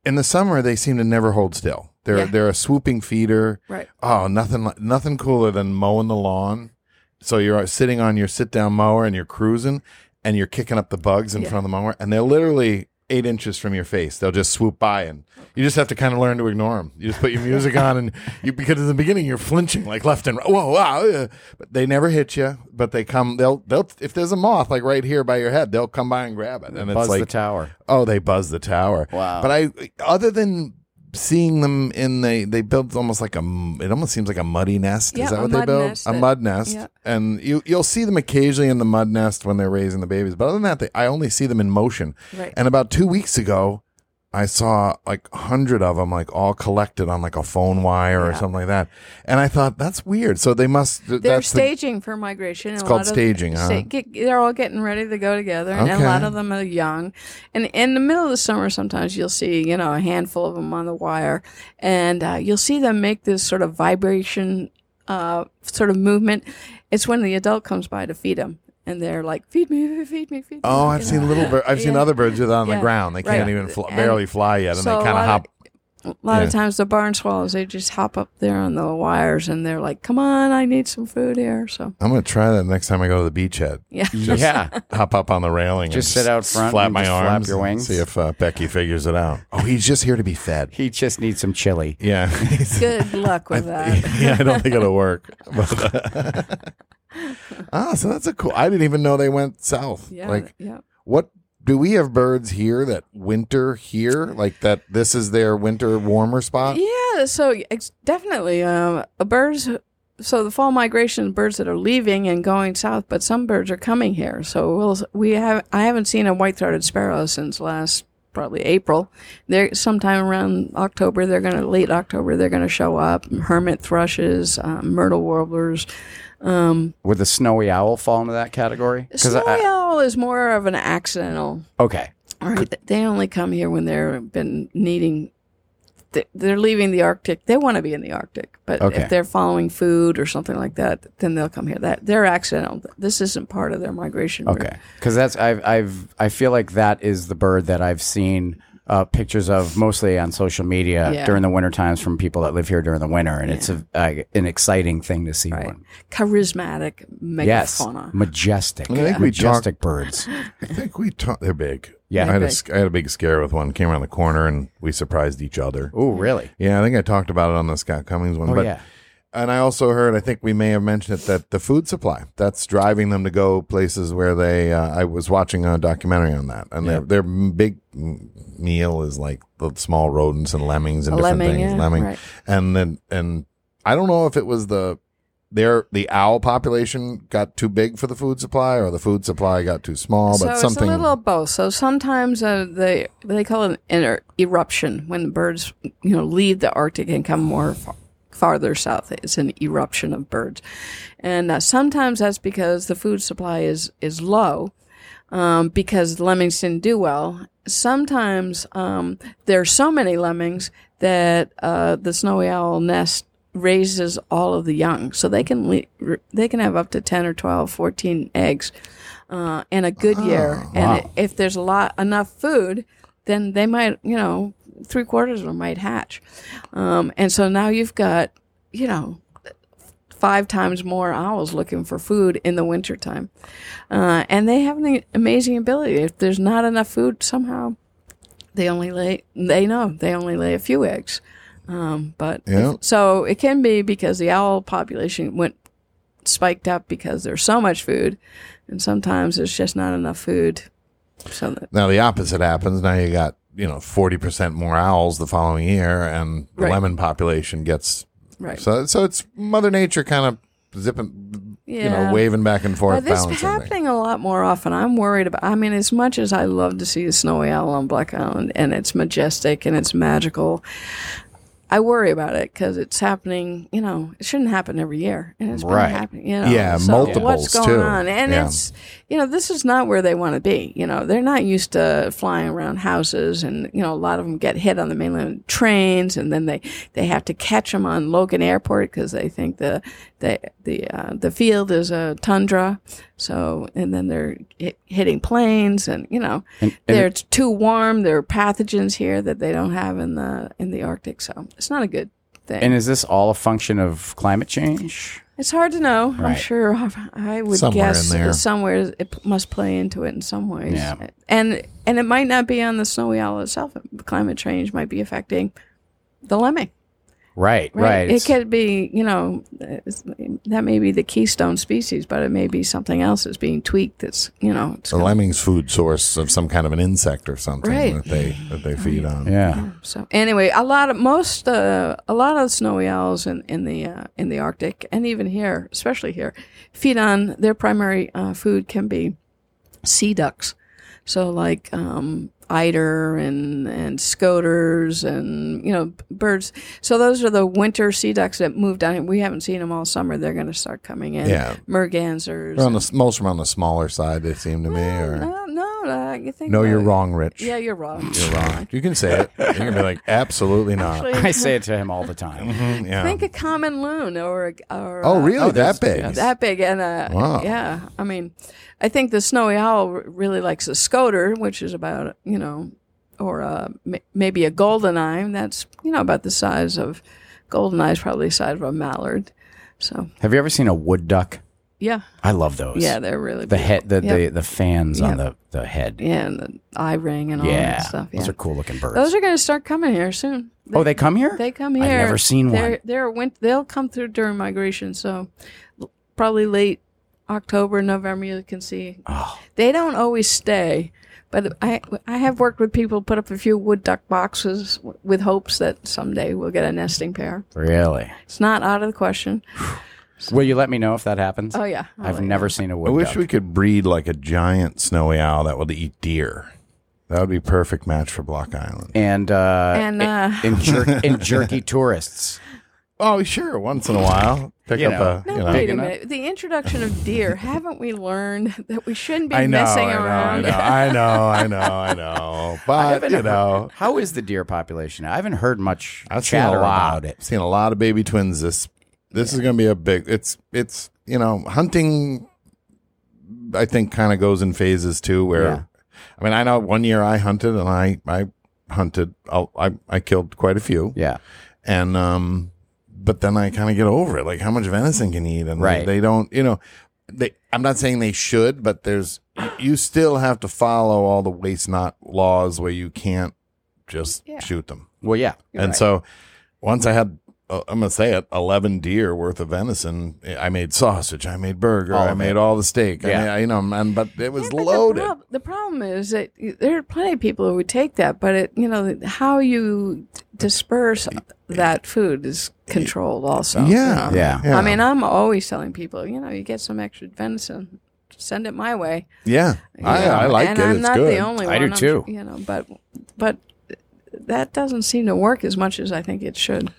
S1: in the summer they seem to never hold still. They're
S4: Yeah.
S1: they're a swooping feeder.
S4: Right.
S1: Oh, nothing li- nothing cooler than mowing the lawn. So you're sitting on your sit down mower and you're cruising and you're kicking up the bugs in
S4: Yeah.
S1: front of the mower and they're literally eight inches from your face. They'll just swoop by, and you just have to kind of learn to ignore them. You just put your music on, and you because in the beginning you're flinching like left and right. Whoa, wow! uh, But they never hit you. But they come. They'll they'll if there's a moth like right here by your head, they'll come by and grab it. And
S2: Buzz
S1: it's like
S2: the tower.
S1: Oh, they buzz the tower.
S2: Wow.
S1: But I, other than seeing them in the, they built almost like a, m- it almost seems like a muddy nest.
S4: Yeah,
S1: Is that
S4: a
S1: what they
S4: mud
S1: build?
S4: nest
S1: a
S4: that-
S1: mud nest.
S4: yeah.
S1: And you, you'll see them occasionally in the mud nest when they're raising the babies. But other than that, they, I only see them in motion.
S4: Right.
S1: And about two weeks ago, I saw like a hundred of them, like all collected on like a phone wire or something like that. And I thought that's weird. So they must. th-
S4: They're
S1: that's the-
S4: staging for migration. It's
S1: called staging, huh?
S4: get, they're all getting ready to go together, and
S1: Okay.
S4: a lot of them are young. And in the middle of the summer, sometimes you'll see, you know, a handful of them on the wire, and uh, you'll see them make this sort of vibration, uh, sort of movement. It's when the adult comes by to feed them, and they're like, "Feed me, feed me, feed me."
S1: Oh, I've
S4: you
S1: seen
S4: know.
S1: little birds. I've seen
S4: Yeah.
S1: other birds with it on the
S4: Yeah.
S1: ground. They can't
S4: Right.
S1: even fl-
S4: And
S1: barely fly yet, and
S4: so
S1: they
S4: a
S1: kind of
S4: lot of-
S1: hop
S4: A lot
S1: Yeah.
S4: of times, the barn swallows they just hop up there on the wires, and they're like, "Come on, I need some food here." So
S1: I'm gonna try that next time I go to the beachhead.
S4: yeah.
S2: yeah.
S1: Hop up on the railing.
S2: Just
S1: and
S2: sit out front
S1: Flap
S2: and
S1: my
S2: just flap
S1: arms.
S2: your
S1: and
S2: wings.
S1: See if uh, Becky figures it out. Oh, he's just here to be fed.
S2: He just needs some chili.
S1: Yeah.
S4: Good luck with that.
S1: yeah, I don't think it'll work. But- ah, so that's a cool. I didn't even know they went south.
S4: Yeah,
S1: Like,
S4: yeah.
S1: what do we have birds here that winter here? Like that? This is their winter warmer spot.
S4: Yeah, so ex- definitely, um, uh, birds. So the fall migration, birds that are leaving and going south, but some birds are coming here. So we'll we have I haven't seen a white-throated sparrow since last probably April. They're sometime around October. They're going to late October. They're going to show up. Hermit thrushes, uh, myrtle warblers. Um,
S2: Would the snowy owl fall into that category?
S4: snowy
S2: I,
S4: owl is more of an accidental
S2: okay.
S4: all right. th- They only come here when they're been needing. th- They're leaving the Arctic. They want to be in the Arctic, but
S2: Okay.
S4: if they're following food or something like that, then they'll come here. That they're accidental. This isn't part of their migration. route.
S2: Okay, because that's I've I've I feel like that is the bird that I've seen uh, pictures of mostly on social media
S4: Yeah.
S2: during the winter times from people that live here during the winter, and it's a, uh, an exciting thing to see one.
S4: Charismatic
S2: Yes,
S4: megafauna.
S2: majestic,
S1: I think we
S2: majestic birds.
S1: I think we talked. They're big.
S2: Yeah.
S1: I had, a
S4: Big.
S1: sc- I had a big scare with one. Came around the corner and we surprised each other.
S2: Oh, really?
S1: Yeah, I think I talked about it on the Scott Cummings one.
S2: Oh,
S1: but
S2: yeah.
S1: and I also heard, I think we may have mentioned it, that the food supply that's driving them to go places where they. Uh, I was watching a documentary on that, and their their m- big m- meal is like the small rodents and lemmings and
S4: A
S1: different
S4: lemming,
S1: things,
S4: yeah,
S1: lemming,
S4: right.
S1: and then and I don't know if it was the their the owl population got too big for the food supply or the food supply got too small,
S4: so
S1: but something.
S4: it's a little of both. So sometimes uh, they they call it an er- eruption when the birds you know leave the Arctic and come more far, farther south. It's an eruption of birds, and uh, sometimes that's because the food supply is is low, um, because lemmings didn't do well. Sometimes um, there are so many lemmings that uh, the snowy owl nest raises all of the young, so they can le- re- they can have up to ten or 12, 14 eggs uh, in a good year. And i- if there's a lot enough food, then they might you know three quarters of them might hatch, um, and so now you've got you know five times more owls looking for food in the wintertime. Uh, and they have an amazing ability. If there's not enough food, somehow they only lay, they know they only lay a few eggs. Um, but
S1: Yeah.
S4: so it can be because the owl population went spiked up because there's so much food, and sometimes there's just not enough food. So that,
S1: Now the opposite happens. Now you got you know forty percent more owls the following year, and the
S4: Right.
S1: lemon population gets
S4: right.
S1: so. So it's Mother Nature kind of zipping, you know, waving back and forth,
S4: But this is
S1: balancing. things.
S4: happening a lot more often. I'm worried about. I mean, as much as I love to see a snowy owl on Black Island, and it's majestic and it's magical, I worry about it because it's happening. You know, it shouldn't happen every year, and it's
S2: Right.
S4: been happening. You know,
S1: Yeah,
S4: so
S1: multiples,
S4: What's going
S1: too.
S4: on? And
S1: Yeah.
S4: it's you know, this is not where they want to be. You know, they're not used to flying around houses, and you know, a lot of them get hit on the mainland trains, and then they they have to catch them on Logan Airport because they think the the the uh, the field is a tundra. So, and then they're hit, hitting planes, and you know,
S2: and
S4: they're it's too warm. There are pathogens here that they don't have in the in the Arctic, so it's not a good thing.
S2: And is this all a function of climate change?
S4: It's hard to know. I'm
S2: Right.
S4: sure I would
S1: Somewhere
S4: guess
S1: in there.
S4: somewhere it p- must play into it in some ways.
S2: Yeah.
S4: And and it might not be on the snowy owl itself. Climate change might be affecting the lemming.
S2: Right, right.
S4: Right. It
S2: It's-
S4: could be, you know, it's, that may be the keystone species, but it may be something else that's being tweaked. That's you know, it's
S1: The
S4: gonna-
S1: lemming's food source of some kind of an insect or something
S4: Right.
S1: that they that they feed on.
S2: yeah.
S4: So anyway, a lot of most uh, a lot of snowy owls in in the uh, in the Arctic and even here, especially here, feed on their primary uh, food can be sea ducks. So like um, eider and and scoters and you know b- birds. So those are the winter sea ducks that move down. We haven't seen them all summer. They're going to start coming in.
S1: Yeah.
S4: mergansers.
S1: They're on the most of 'em on the smaller side, they seem to me. Or
S4: no, no, uh, you think
S1: no,
S4: about
S1: you're
S4: it.
S1: wrong, Rich.
S4: Yeah, you're wrong.
S1: You're wrong. You can say it. You're gonna be like, absolutely not.
S4: Actually,
S2: I say it to him all the time.
S1: Mhm, yeah.
S4: think a common loon or a, or
S1: oh,
S4: uh,
S1: really? that big?
S4: that big and uh
S1: Wow.
S4: yeah i mean i think the snowy owl r- really likes a scoter which is about you know or uh, m- maybe a golden eye that's you know about the size of golden eyes probably the size of a mallard so
S2: Have you ever seen a wood duck?
S4: yeah
S2: I love those.
S4: yeah they're really
S2: The head, the,
S4: Yeah.
S2: the, the fans on
S4: Yeah.
S2: the, the head. Yeah.
S4: yeah and the eye ring and all that stuff yeah.
S2: Those are cool looking birds.
S4: those are going to start coming here soon
S2: oh, they come here?
S4: They come here.
S2: I've never seen
S4: they're,
S2: one.
S4: They're win- they'll come through during migration, so l- probably late October, November. You can see
S2: Oh.
S4: they don't always stay, but I I have worked with people put up a few wood duck boxes w- with hopes that someday we'll get a nesting pair.
S2: Really?
S4: It's not out of the question.
S2: Will you let me know if that happens?
S4: Oh yeah, I'll
S2: I've
S4: let you
S2: never
S4: know.
S2: seen a
S1: I
S2: wood
S1: wish
S2: duck.
S1: we could breed like a giant snowy owl that would eat deer. That would be perfect match for Block Island.
S2: and uh,
S4: And, uh,
S2: and, jer- and jerky tourists.
S1: Oh, sure. Once in a while, pick
S2: You
S1: up
S2: know.
S1: a.
S4: No,
S1: you know.
S4: wait a
S2: Big enough.
S4: minute. The introduction of deer. haven't we learned that we shouldn't be
S1: I know,
S4: messing
S1: I know, I
S4: around?
S1: know, I know, I know, I know. But you know,
S2: How is the deer population? I haven't heard much
S1: I've seen a
S2: chatter
S1: lot.
S2: about it.
S1: Seen a lot of baby twins. This this is going to be a big. It's it's you know hunting. I think kind of goes in phases too. Where
S2: Yeah.
S1: I mean, I know one year I hunted and I I hunted. I I, I killed quite a few.
S2: Yeah.
S1: and um but then i kind of get over it like how much venison can you eat and
S2: Right.
S1: they, they don't you know they i'm not saying they should but there's you still have to follow all the waste not laws where you can't just
S4: Yeah.
S1: shoot them
S2: Well, yeah.
S4: You're
S1: and
S4: right.
S1: so once i had uh, i'm gonna say it 11 deer worth of venison i made sausage i made burger
S2: All
S1: i
S2: of
S1: made
S2: it.
S1: all the steak
S2: Yeah.
S1: I made, I- you know man but it was
S4: Yeah, but
S1: loaded
S4: The, prob- the problem is that y- there are plenty of people who would take that, but it, you know, how you disperse that food is controlled also. you
S1: yeah,
S4: know.
S2: Yeah.
S4: I mean, I'm always telling people, you know, you get some extra venison, send it my way.
S1: yeah, I,
S4: You know,
S1: I like
S4: and
S1: it.
S4: I'm
S1: it's
S4: not
S1: good.
S4: the only one.
S2: I do
S4: I'm-
S2: too.
S4: You know, but but that doesn't seem to work as much as I think it should.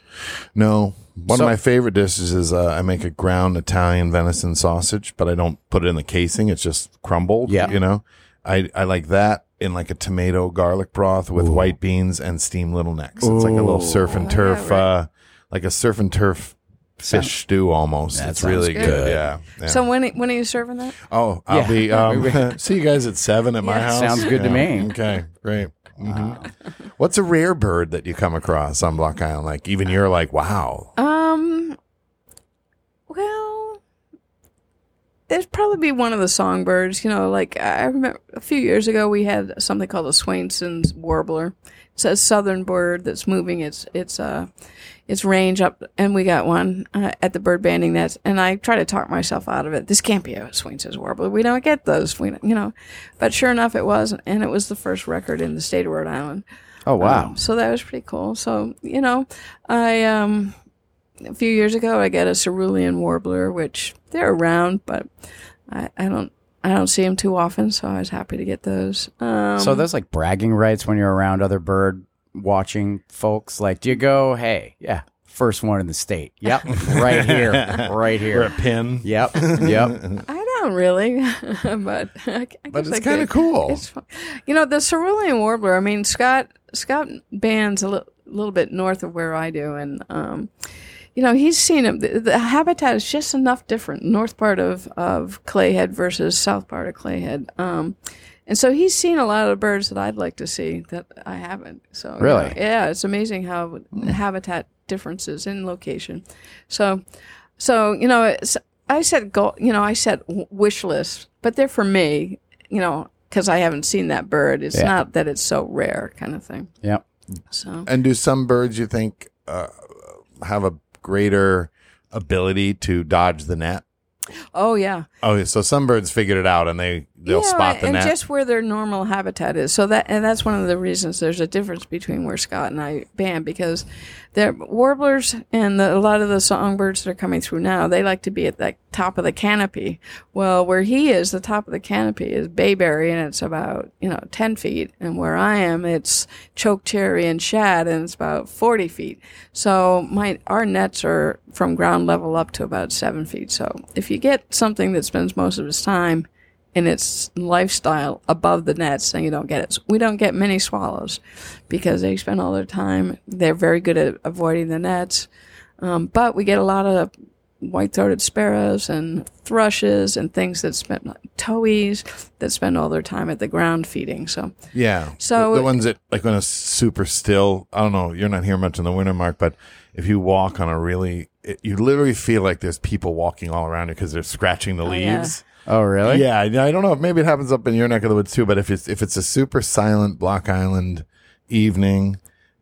S1: No. One
S2: So-
S1: of my favorite dishes is uh, I make a ground Italian venison sausage, but I don't put it in the casing. It's just crumbled.
S2: Yeah.
S1: You know, I, I like that in like a tomato garlic broth with white beans and steamed little necks. It's like a little surf and
S4: Oh,
S1: turf,
S4: yeah, right.
S1: uh, like a surf and turf fish stew almost.
S2: That
S1: it's
S2: sounds
S1: really
S4: good.
S1: good. Yeah. Yeah.
S4: So when when are you serving that?
S1: oh, I'll
S2: Yeah.
S1: be, um, see you guys at seven at my
S4: Yeah.
S1: house.
S2: Sounds good to
S1: Yeah.
S2: me. Ah.
S1: Okay. Great. Mhm. What's a rare bird that you come across on Block Island? Like even you're like, wow,
S4: Um, well, there's probably be one of the songbirds. You know, like I remember a few years ago we had something called the Swainson's warbler. It's a southern bird that's moving its its uh its range up, and we got one uh, at the bird banding. That's and I try to talk myself out of it. This can't be a Swainson's warbler. We don't get those. We don't- you know, but sure enough, it was, and it was the first record in the state of Rhode Island.
S2: Oh, wow.
S4: Um, so that was pretty cool. So you know, I um, a few years ago I got a cerulean warbler, which they're around, but I, I don't I don't see them too often. So I was happy to get those. Um,
S2: so there's like bragging rights when you're around other bird watching folks. Like, do you go, hey, yeah, first one in the state. Yep. right here. Right
S1: or a
S2: here.
S1: pin.
S2: Yep. Yep.
S4: I don't really, but I, g- I
S1: But
S4: guess
S1: it's
S4: I
S1: kind of
S4: could.
S1: cool.
S4: It's fun. You know, the cerulean warbler. I mean, Scott Scott bands a li- little bit north of where I do, and um, you know, he's seen him. The, the habitat is just enough different. North part of of Clayhead versus south part of Clayhead. Um, and so he's seen a lot of the birds that I'd like to see that I haven't. So you know,
S2: Really?
S4: yeah, it's amazing how habitat differences in location. So, so you know, it's, I said go. You know, I said w- wish list, but they're for me. You know, because I haven't seen that bird. It's
S2: Yeah.
S4: not that it's so rare, kind of thing.
S2: Yeah.
S4: So
S1: And do some birds you think uh, have a greater ability to dodge the net?
S4: Oh yeah,
S1: Oh, so some birds figured it out and they they'll
S4: yeah,
S1: spot the
S4: and
S1: net.
S4: just where their normal habitat is. So that and that's one of the reasons there's a difference between where Scott and I band because the warblers and the, a lot of the songbirds that are coming through now they like to be at the top of the canopy. Well, where he is, the top of the canopy is bayberry, and it's about you know ten feet, and where I am, it's chokecherry and shad, and it's about forty feet. So my our nets are from ground level up to about seven feet. So if you get something that spends most of its time in its lifestyle above the nets, and you don't get it. We don't get many swallows because they spend all their time. They're very good at avoiding the nets, um, but we get a lot of white-throated sparrows and thrushes and things that spend towies that spend all their time at the ground feeding. So
S1: yeah.
S4: So-
S1: the, the ones that like when it's super still. I don't know. You're not here much in the winter, Mark, but if you walk on a really, it, you literally feel like there's people walking all around you because they're scratching the
S4: yeah.
S1: leaves.
S2: Oh, really?
S1: Yeah, I I don't know. if Maybe it happens up in your neck of the woods too. But if it's if it's a super silent Block Island evening,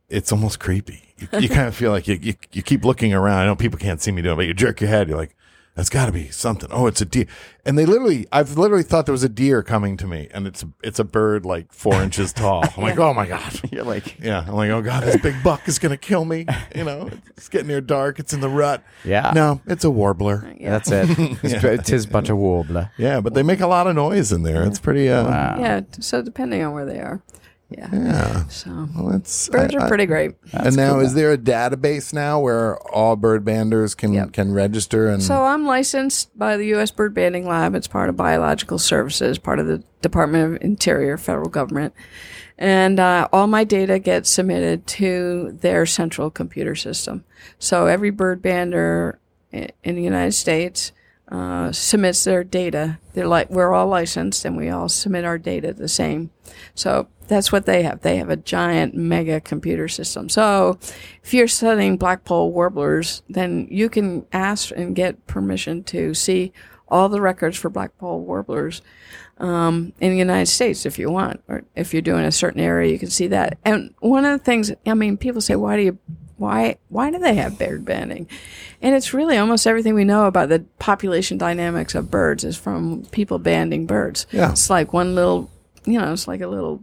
S1: it's almost creepy. You, you kind of feel like you, you you keep looking around. I know people can't see me doing, it, but you jerk your head. You're like, that's got to be something. Oh, it's a deer. And they literally, I've literally thought there was a deer coming to me, and it's it's a bird like four inches tall. I'm like, oh my god.
S2: You're like,
S1: Yeah, I'm like, oh god, this big buck is gonna kill me. You know, it's getting near dark. It's in the rut.
S2: Yeah.
S1: No, it's a warbler.
S2: that's it. It's, it is but a warbler.
S1: Yeah, but they make a lot of noise in there. It's pretty. Uh,
S4: yeah, so depending on where they are, yeah. So
S1: Well, that's-
S4: birds
S1: I-
S4: are
S1: I-
S4: pretty great.
S1: and now, is there a database now where all bird banders can can register? And
S4: So I'm licensed by the U.S. Bird Banding Lab. It's part of Biological Services, part of the Department of Interior, federal government, and uh, all my data gets submitted to their central computer system. So every bird bander i- in the United States uh, submits their data. They're like we're all licensed, and we all submit our data the same. So that's what they have. They have a giant mega computer system. So if you're studying blackpoll warblers, then you can ask and get permission to see all the records for blackpoll warblers um, in the United States if you want, or if you're doing a certain area, you can see that. And one of the things, I mean, people say, why do you, why, why do they have bird banding? And it's really almost everything we know about the population dynamics of birds is from people banding birds.
S1: Yeah.
S4: It's like one little, you know, it's like a little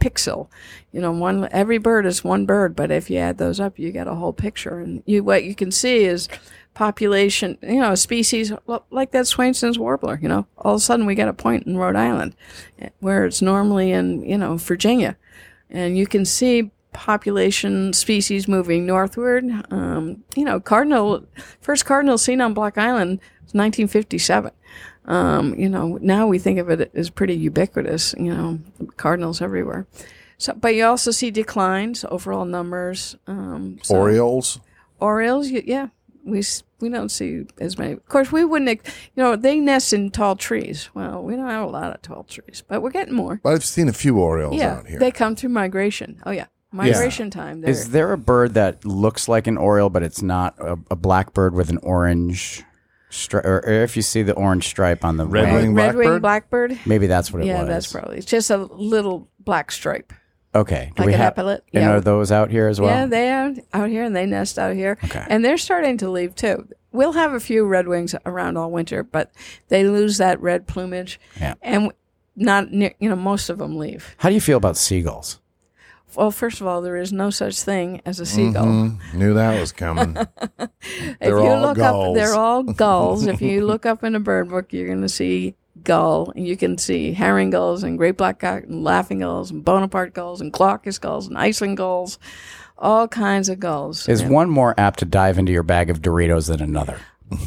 S4: pixel. You know, one every bird is one bird, but if you add those up, you get a whole picture. And you what you can see is population. You know, species lo- like that Swainson's warbler. You know, all of a sudden we get a point in Rhode Island, eh, where it's normally in you know Virginia, and you can see population species moving northward. Um, you know, cardinal first cardinal seen on Block Island was 1957 um, you know, now we think of it as pretty ubiquitous, you know, cardinals everywhere. So, but you also see declines, overall numbers. Um, so-
S1: Orioles?
S4: Orioles, y- yeah, we s- we don't see as many. Of course, we wouldn't, ex- you know, they nest in tall trees. Well, we don't have a lot of tall trees, but we're getting more.
S1: Well, I've seen a few Orioles
S4: yeah,
S1: out here.
S4: they come through migration. Oh yeah, migration time. There.
S2: Is there a bird that looks like an oriole, but it's not a, a blackbird with an orange stripe? Or, or if you see the orange stripe on the
S1: Red
S2: wing,
S1: wing
S4: Red winged
S1: blackbird?
S4: blackbird.
S2: maybe that's what it
S4: Yeah,
S2: was.
S4: that's probably it's just a little black stripe.
S2: Okay. Do
S4: Like an
S2: have-
S4: epaulet?
S2: And
S4: Yeah.
S2: are those out here as well?
S4: Yeah, they are out here and they nest out here.
S2: Okay.
S4: And they're starting to leave too. We'll have a few red wings around all winter, but they lose that red plumage.
S2: Yeah.
S4: And not near, you know, most of them leave.
S2: How do you feel about seagulls?
S4: Well, first of all, there is no such thing as a seagull.
S1: Mm, knew that was coming.
S4: If
S1: They're
S4: you
S1: all
S4: look
S1: gulls.
S4: up, they're all gulls. if you look up in a bird book, you're going to see gull, and you can see herring gulls and great black cock and laughing gulls and Bonaparte gulls and Glaucus gulls and Iceland gulls, all kinds of gulls.
S2: Is one more apt to dive into your bag of Doritos than another?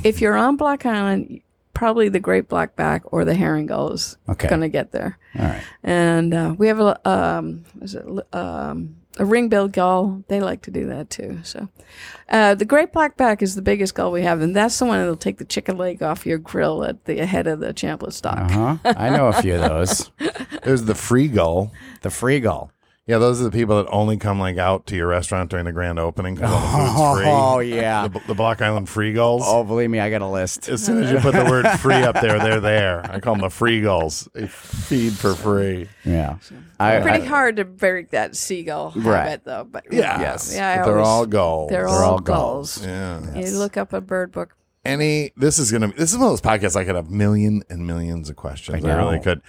S4: if you're on Block Island, probably the great blackback or the herring gull is
S2: Okay.
S4: going to get there.
S2: All right.
S4: And uh, we have a um, is it, um, a ring-billed gull. They like to do that too. So uh, the great blackback is the biggest gull we have, and that's the one that'll take the chicken leg off your grill at the head of the
S2: Uh-huh.
S4: Champlin stock.
S2: Uh huh. I know a few of those.
S1: There's the free gull.
S2: The free gull.
S1: Yeah, those are the people that only come like out to your restaurant during the grand opening because all the food's free.
S2: Oh yeah.
S1: The, the Block Island free goals.
S2: Oh, believe me, I got a list.
S1: As soon as you put the word free up there, they're there. I call them the free goals. They feed for free.
S2: Yeah. I,
S4: Pretty
S2: I-
S4: hard to break that seagull
S2: Right.
S4: habit, though. But
S1: Yeah.
S2: Yes.
S4: yeah, I
S1: But they're
S4: always-
S1: all goals.
S4: they're,
S2: They're
S4: all,
S2: all
S4: gulls.
S2: gulls.
S1: Yeah.
S4: You look up a bird book.
S1: Any, this is going to, this is one of those podcasts I could have million and millions of questions.
S2: I
S1: I, really
S2: know.
S1: could.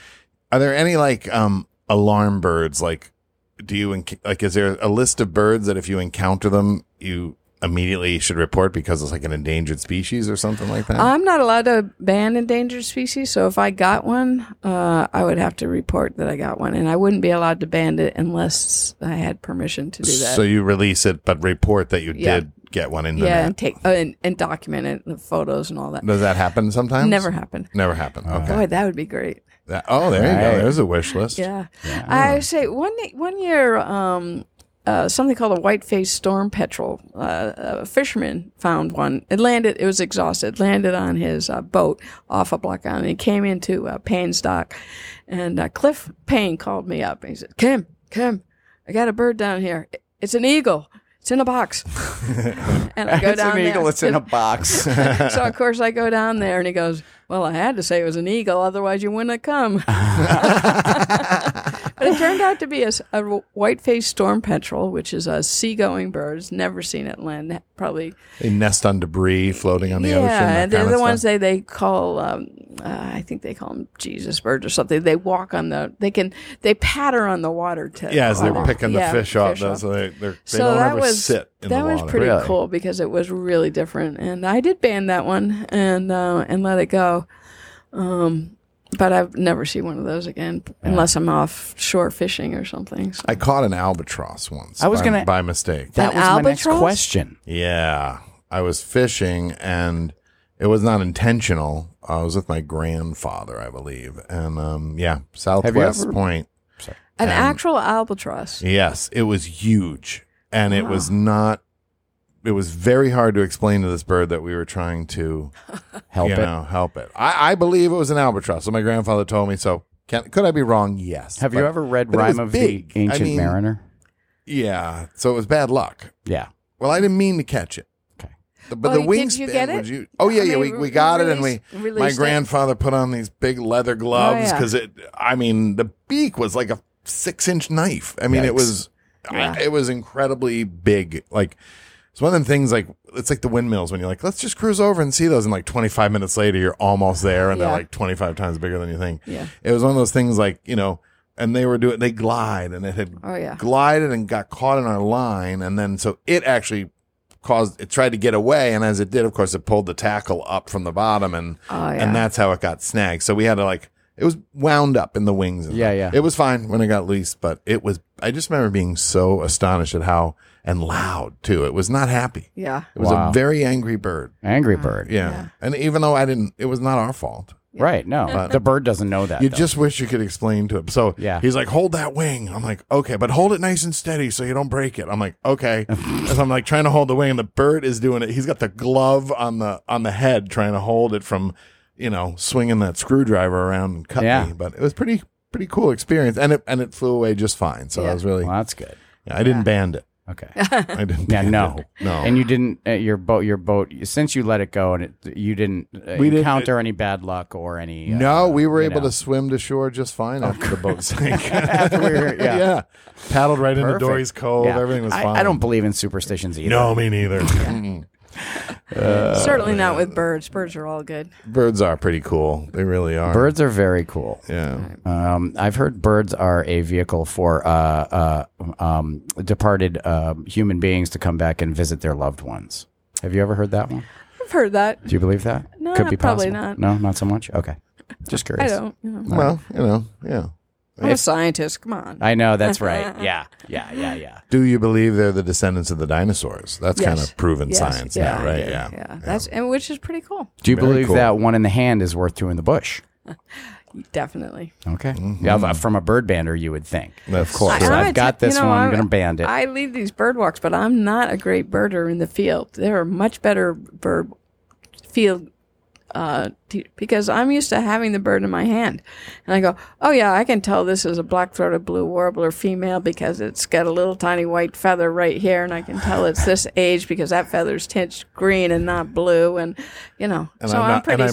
S1: Are there any like um alarm birds? Like, do you, enc- like, is there a list of birds that if you encounter them, you immediately should report because it's like an endangered species or something like that?
S4: I'm not allowed to ban endangered species, so if I got one, uh, I would have to report that I got one, and I wouldn't be allowed to ban it unless I had permission to do that.
S1: So you release it, but report that you
S4: Yeah.
S1: did get one in the
S4: yeah,
S1: net.
S4: and take uh, and, and document it, the photos and all that.
S1: Does that happen sometimes?
S4: Never happened.
S1: Never happened. Okay.
S4: Boy, that would be great.
S1: That- oh, there you
S2: Oh. Right.
S1: go. There's a wish list.
S4: Yeah.
S2: Oh.
S4: I say one one year, um, uh, something called a white-faced storm petrel. Uh, a fisherman found one. It landed. It was exhausted. Landed on his uh, boat off a block island. He came into uh, Payne's dock, and uh, Cliff Payne called me up. And he said, "Kim, Kim, I got a bird down here. It's an eagle. It's in a box." and I go
S2: it's
S4: down
S2: an
S4: there.
S2: eagle. It's in a box.
S4: so of course I go down there and he goes, "Well, I had to say it was an eagle, otherwise you wouldn't have come." but it turned out to be a, s- a white-faced storm petrel, which is a seagoing bird. It's never seen it land, probably.
S1: They nest on debris floating on the
S4: yeah,
S1: ocean. that
S4: they're
S1: kind
S4: the
S1: of
S4: ones
S1: stuff.
S4: that they call. Um, uh, I think they call them Jesus birds or something. They walk on the. They can. They patter on the water to.
S1: Yeah, as
S4: on
S1: they're
S4: the-
S1: picking the
S4: yeah,
S1: fish up,
S4: fish off.
S1: that's so they they're, they
S4: So
S1: don't
S4: that
S1: ever
S4: was
S1: sit in
S4: that
S1: the
S4: was
S1: water.
S4: pretty
S2: Really?
S4: cool because it was really different, and I did ban that one and uh, and let it go. Um, but I've never seen one of those again unless I'm offshore fishing or something. So.
S1: I caught an albatross once.
S2: I was
S1: by-
S2: gonna-
S1: by mistake.
S2: That
S4: An
S2: was my next
S4: albatross?
S2: question.
S1: Yeah, I was fishing and it was not intentional. I was with my grandfather, I believe, and um, yeah, Southwest
S2: ever-
S1: Point.
S4: An
S1: Um,
S4: actual albatross.
S1: Yes, it was huge, and it was not. It was very hard to explain to this bird that we were trying to
S2: Help
S1: you
S2: it.
S1: know, help it. I, I believe it was an albatross. So my grandfather told me. So can, could I be wrong? Yes.
S2: Have you
S1: But-
S2: ever read
S1: but it was
S2: Rhyme of
S1: big.
S2: the Ancient
S1: I mean,
S2: Mariner?
S1: Yeah. So it was bad luck.
S2: Yeah.
S1: Well, I didn't mean to catch it.
S2: Okay.
S1: The- But
S4: Well,
S1: the
S4: did
S1: wingspin.
S4: Oh, you get it?
S1: would you- oh yeah,
S4: I
S1: yeah.
S4: mean,
S1: We, we
S4: re-
S1: got it, and we.
S4: release-
S1: My
S4: released it. Oh,
S1: grandfather put on these big leather gloves
S4: yeah.
S1: because it. I mean, the beak was like a six-inch knife. I mean,
S2: Yikes.
S1: it was.
S4: Yeah.
S1: I, it was incredibly big. Like. It's one of them things like it's like the windmills when you're like, let's just cruise over and see those. And like 25 minutes later, you're almost there, and
S4: Yeah.
S1: they're like 25 times bigger than you think.
S4: Yeah.
S1: It was one of those things like, you know, and they were doing, they glide and it had
S4: Oh, yeah.
S1: glided and got caught in our line. And then so it actually caused, it tried to get away. And as it did, of course, it pulled the tackle up from the bottom and,
S4: Oh, yeah.
S1: and that's how it got snagged. So we had to like, it was wound up in the wings. and
S2: Yeah,
S1: stuff.
S2: yeah.
S1: It was fine when it got loose, but it was, I just remember being so astonished at how, and loud too. It was not happy.
S4: yeah.
S1: It was
S2: Wow.
S1: a very angry bird.
S2: Angry Bird.
S1: Yeah. And even though I didn't, it was not our fault.
S2: Right. No, the bird doesn't know that.
S1: You
S2: though.
S1: just wish you could explain to him. So
S2: Yeah.
S1: he's like, hold that wing. I'm like, okay, but hold it nice and steady so you don't break it. I'm like, okay. As I'm like trying to hold the wing, and the bird is doing it. He's got the glove on the on the head, trying to hold it from, you know, swinging that screwdriver around and cut
S2: Yeah.
S1: me. But it was pretty pretty cool experience, and it and it flew away just fine. So I
S4: Yeah.
S1: was really,
S2: Well, that's good.
S1: yeah, I didn't band it.
S2: Okay.
S1: I didn't.
S2: Yeah,
S1: band
S2: no,
S1: it. no.
S2: And you didn't uh, your boat. Your boat. Since you let it go, and it, you didn't uh,
S1: We didn't-
S2: encounter any bad luck or any. uh,
S1: no, we were
S2: you
S1: able
S2: know.
S1: to swim to shore just fine after the boat sank.
S2: After we were- yeah.
S1: Paddled right
S2: Perfect.
S1: into Dory's Cove.
S2: Yeah.
S1: Everything was
S2: I-
S1: fine.
S2: I, don't believe in superstitions either.
S1: No, me neither. Mm-mm. Oh,
S4: Certainly not with birds. Birds are all good.
S1: Birds are pretty cool. They really are.
S2: Birds are very cool.
S1: Yeah.
S2: Um, I've heard birds are a vehicle for uh, uh, um, departed uh, human beings to come back and visit their loved ones. Have you ever heard that one?
S4: I've heard that.
S2: Do you believe that?
S4: No,
S2: Could be
S4: probably
S2: possible.
S4: not.
S2: No, not so much. Okay, just
S4: I
S2: curious.
S4: don't. You know.
S1: Well, you know, yeah.
S4: I'm a scientist. Come on.
S2: I know that's right. Yeah, yeah, yeah, yeah.
S1: Do you believe they're the descendants of the dinosaurs? That's kind
S4: Yes.
S1: of proven
S4: Yes.
S1: science now, right? Yeah.
S4: Yeah. That's and which is pretty cool.
S2: Do you
S1: Very
S2: believe
S1: cool.
S2: that one in the hand is worth two in the bush?
S4: Definitely.
S2: Okay. Mm-hmm. Yeah, but from a bird bander, you would think.
S1: Of course.
S2: So
S4: I'm
S2: I've
S4: a
S2: got
S4: te-
S2: this
S4: you know,
S2: one. I'm
S4: I'm-
S2: going to band it.
S4: I lead these bird walks, but I'm not a great birder in the field. There are much better bird field uh, te- because I'm used to having the bird in my hand. And I go, oh, yeah, I can tell this is a black throated blue warbler female because it's got a little tiny white feather right here. And I can tell it's this age because that feather's tinged green and not blue. And, you know,
S1: And
S4: so
S1: I'm
S4: I'm,
S1: not- and
S4: pretty
S1: I'm-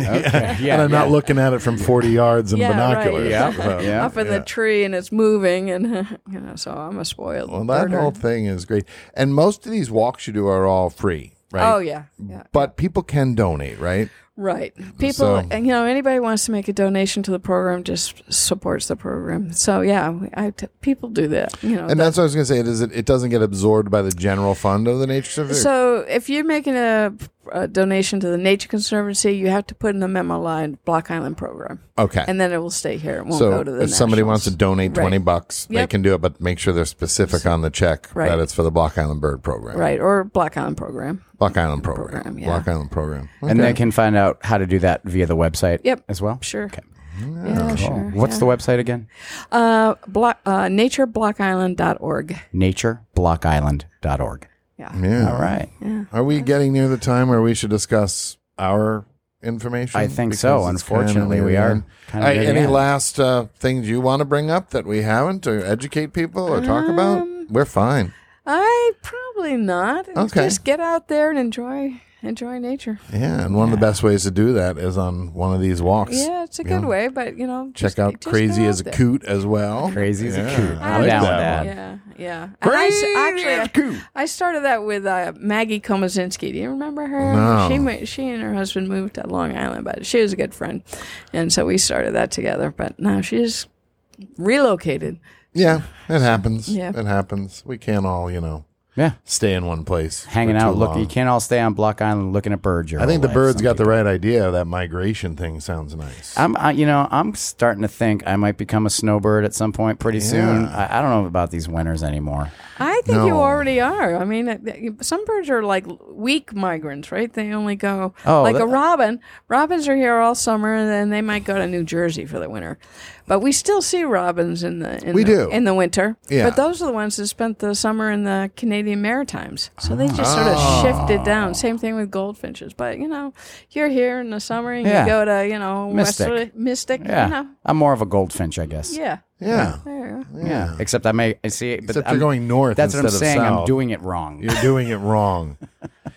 S2: Yeah,
S1: and I'm not
S2: yeah.
S1: looking at it from 40 yards in
S4: Yeah, right.
S1: binoculars.
S2: Yeah,
S1: So-
S2: yeah.
S4: Up in the tree and it's moving. And, you know, so I'm a spoiled
S1: Well, that
S4: birder.
S1: whole thing is great. And most of these walks you do are all free, right?
S4: Oh, yeah. Yeah.
S1: But people can donate, right?
S4: Right. People,
S1: So-
S4: and you know, anybody wants to make a donation to the program just supports the program. So yeah, we- I t- people do that. You know.
S1: And that's what I was going to say. It is. It, it doesn't get absorbed by the general fund of the Nature Conservancy.
S4: so if you're making a, a donation to the Nature Conservancy, you have to put in the memo line Block Island program,
S1: okay.
S4: and then it will stay here. It won't
S1: so
S4: go to the.
S1: if somebody wants to
S4: nationals.
S1: donate
S4: Right.
S1: 20 bucks, they
S4: Yep.
S1: can do it, but make sure they're specific on the check
S4: Right.
S1: that it's for the Block Island Bird Program.
S4: right or Block Island program.
S1: Block Island Program.
S4: Program, yeah.
S1: Block Island Program.
S2: And they can find out how to do that via the website
S4: Yep.
S2: as well.
S4: Sure.
S2: Okay.
S4: Yeah, sure.
S2: What's the website again?
S4: Uh, block uh, natureblockeisland.org.
S2: NatureBlockIsland.org.
S4: Yeah.
S1: Yeah.
S2: All right.
S1: Are we getting near the time where we should discuss our information?
S2: I think so.
S1: Because it's kinda
S2: Unfortunately,
S1: near
S2: we
S1: the
S2: are
S1: end.
S2: kinda
S1: All right,
S2: near the
S1: any
S2: end.
S1: last uh, things you want to bring up that we haven't or educate people or talk about?
S4: Um,
S1: We're fine.
S4: I probably not.
S1: Okay.
S4: Just get out there and enjoy enjoy nature.
S1: Yeah, and one of the best ways to do that is on one of these walks.
S4: Yeah, it's a
S1: Yeah.
S4: good way, but you know,
S1: Check
S4: just-
S1: out
S4: just
S1: Crazy
S4: go
S1: as a
S4: out there.
S1: Coot as well.
S2: Crazy as a
S1: Yeah,
S2: Coot.
S1: I
S2: I'm
S1: like
S2: down with that.
S1: one.
S4: Yeah, yeah. And I s- actually, I started that with uh, Maggie Komazinski. Do you remember her?
S1: No.
S4: She mo- she and her husband moved to Long Island, but she was a good friend, and so we started that together. But now she's relocated.
S1: Yeah, it happens.
S4: Yeah.
S1: It happens. We can't all, you know,
S2: Yeah.
S1: stay in one place.
S2: Hanging
S1: for too
S2: out, looking.
S1: long.
S2: You can't all stay on Block Island looking at birds. your
S1: I think
S2: whole
S1: the
S2: life.
S1: bird's
S2: Some
S1: got the right idea. That migration thing sounds nice.
S2: I'm, I, you know, I'm starting to think I might become a snowbird at some point pretty soon. I, I don't know about these winters anymore.
S4: I think you
S1: No.
S4: already are. I mean, uh, th- some birds are like weak migrants, right? They only go
S2: Oh,
S4: like
S2: that-
S4: a robin. Robins are here all summer, and then they might go to New Jersey for the winter. But we still see robins in the in
S1: We
S4: the,
S1: do.
S4: in the winter.
S1: Yeah.
S4: But those are the ones that spent the summer in the Canadian Maritimes, so they just sort
S2: Ah.
S4: of shifted down. Same thing with goldfinches. But you know, you're here in the summer, and
S2: Yeah.
S4: you go to you know
S2: Mystic.
S4: Westerly, Mystic.
S2: Yeah,
S4: You know,
S2: I'm more of a goldfinch, I guess.
S4: Uh-huh. yeah.
S1: yeah.
S4: There. you go.
S2: Yeah. Except I may I see, but
S1: Except
S2: I'm,
S1: you're going north.
S2: That's what I'm
S1: instead of
S2: saying. I'm
S1: south.
S2: doing it wrong.
S1: You're doing it wrong.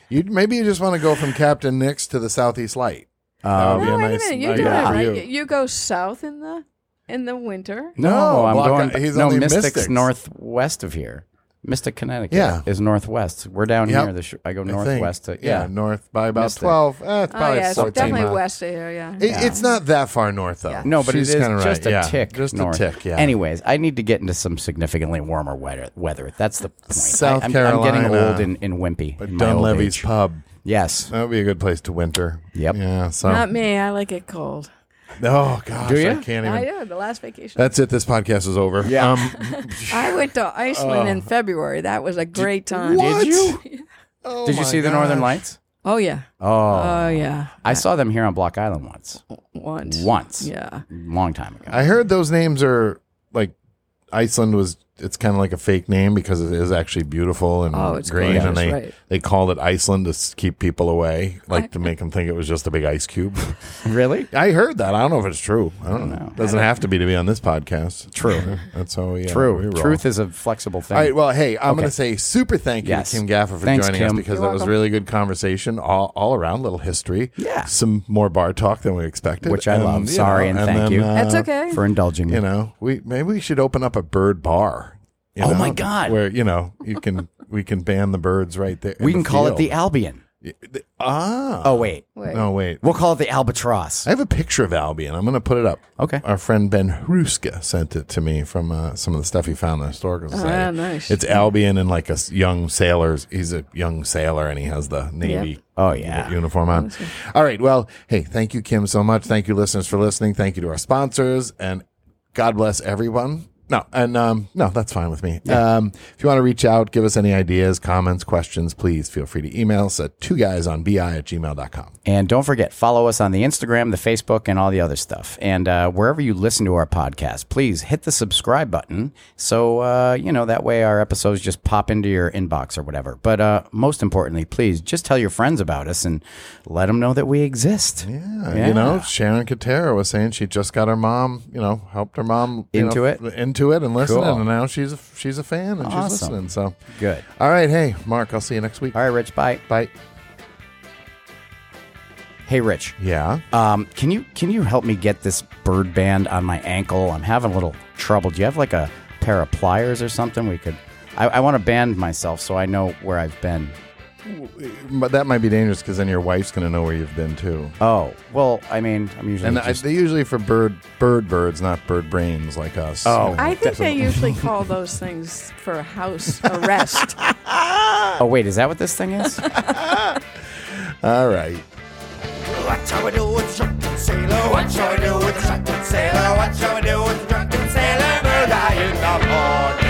S1: You maybe you just want to go from Captain Nick's to the Southeast Light. That
S2: Um,
S1: would
S4: No,
S1: be Oh, a
S4: wait
S1: nice
S4: a minute. You do
S1: idea
S4: it
S1: for
S4: right.
S1: you.
S4: You. go south in the in the winter. Oh,
S2: No,
S1: No,
S2: I'm
S1: Block-
S2: going.
S1: he's
S2: no,
S1: only
S2: Mystic's
S1: Mystics.
S2: northwest of here. Mystic, Connecticut
S1: Yeah.
S2: is northwest. We're down
S1: Yep.
S2: here. The sh- I go
S1: I
S2: northwest
S1: think.
S2: to yeah.
S1: north by about
S2: Mystic.
S1: twelve. Eh, it's
S4: Oh
S1: probably
S4: yeah, it's
S1: 14
S4: definitely
S1: miles.
S4: west of here. Yeah.
S1: It- It's not that far north though.
S2: No, but
S1: She's
S2: it is
S1: kinda
S2: just
S1: right.
S2: a
S1: yeah.
S2: tick.
S1: Just
S2: north.
S1: a tick. Yeah.
S2: Anyways, I need to get into some significantly warmer weather. Weather. That's the point.
S1: South
S2: I, am I'm getting
S1: Carolina.
S2: old and, and wimpy. in my old
S1: Dunleavy's
S2: age.
S1: Pub.
S2: Yes.
S1: That would be a good place to winter.
S2: Yep.
S1: Yeah. So.
S4: Not me. I like it cold.
S1: oh gosh,
S2: Do ya?
S1: I can't
S4: I
S1: even.
S4: know. The last vacation,
S1: That's it. This podcast is over.
S2: Yeah.
S1: Um,
S4: I went to Iceland in February. That was a great time.
S1: Oh. what?
S2: Did you?
S1: oh
S2: Did you
S1: my
S2: see the Northern
S1: gosh.
S2: Lights?
S4: Oh yeah.
S2: Oh,
S4: Oh yeah.
S2: I saw them here on Block Island once.
S4: Once.
S2: Once.
S4: Yeah.
S2: Long time ago.
S1: I heard those names are like Iceland was. It's kind of like a fake name because it is actually beautiful and
S4: Oh, it's
S1: green, and
S4: gorgeous,
S1: they
S4: right.
S1: they called it Iceland to s- keep people away, like to make them think it was just a big ice cube.
S2: really?
S1: I heard that. I don't know if it's true. I don't, know.
S2: know.
S1: Doesn't have to be to be on this podcast.
S2: True.
S1: That's how we uh, we
S2: True.
S1: roll.
S2: Truth is a flexible thing.
S1: All right. Well, hey, I'm going to say super thank you
S2: Yes.
S1: to Kim Gaffer for
S2: Thanks,
S1: joining us
S2: Kim.
S1: because
S4: You're
S1: that was
S4: welcome.
S1: really good conversation all, all around, little history.
S2: Yeah.
S1: Some more bar talk than we expected.
S2: Which I love. Sorry and thank you.
S4: That's okay.
S2: for indulging
S1: uh,
S2: me.
S1: You know, we maybe we should open up a bird bar. you
S2: Oh
S1: know,
S2: my God.
S1: Where you know you can we can ban the birds right there. in
S2: we can call it the
S1: field.
S2: Albion.
S1: The- ah.
S2: Oh wait,
S4: Wait.
S1: no wait.
S2: we'll call it the Albatross.
S1: I have a picture of Albion. I'm going to put it up.
S2: Okay.
S1: Our friend Ben Hruska sent it to me from uh, some of the stuff he found in the historical society.
S4: Ah, nice.
S1: It's Albion and like a s- young sailor's. He's a young sailor and he has the navy.
S2: Oh yeah.
S1: Uniform on. All right. Well, hey, thank you, Kim, so much. Thank you, listeners, for listening. Thank you to our sponsors, and God bless everyone. No, and um, no, that's fine with me. Um, if you want to reach out, give us any ideas, comments, questions, please feel free to email us at two guys on bi at gmail.com.
S2: And don't forget, follow us on the Instagram, the Facebook, and all the other stuff. And uh, wherever you listen to our podcast, please hit the subscribe button. So, uh, you know, that way our episodes just pop into your inbox or whatever. But uh, most importantly, please just tell your friends about us and let them know that we exist.
S1: Yeah, Uh, You know, Sharon Katera was saying she just got her mom, you know, helped her mom you
S2: Into
S1: know,
S2: it?
S1: f- into it, and listening,
S2: Cool.
S1: and now she's a, she's a fan and she's
S2: Awesome.
S1: listening. So
S2: Good.
S1: All right, hey Mark, I'll see you next week.
S2: All right, Rich, bye.
S1: Bye.
S2: Hey, Rich.
S1: Yeah.
S2: Um, can you can you help me get this bird band on my ankle? I'm having a little trouble. Do you have like a pair of pliers or something? We could. I, I want to band myself so I know where I've been.
S1: But that might be dangerous because then your wife's going to know where you've been too.
S2: Oh well, I mean, I'm usually
S1: And I,
S2: just,
S1: they usually for bird bird birds, not bird brains like us.
S2: Oh.
S4: I think they usually call those things for house arrest.
S2: oh wait, is that what this thing is?
S1: All right.
S3: What shall we do with the drunken sailor? What shall we do with the drunken sailor? What shall we do with the drunken sailor? We'll die in the morning.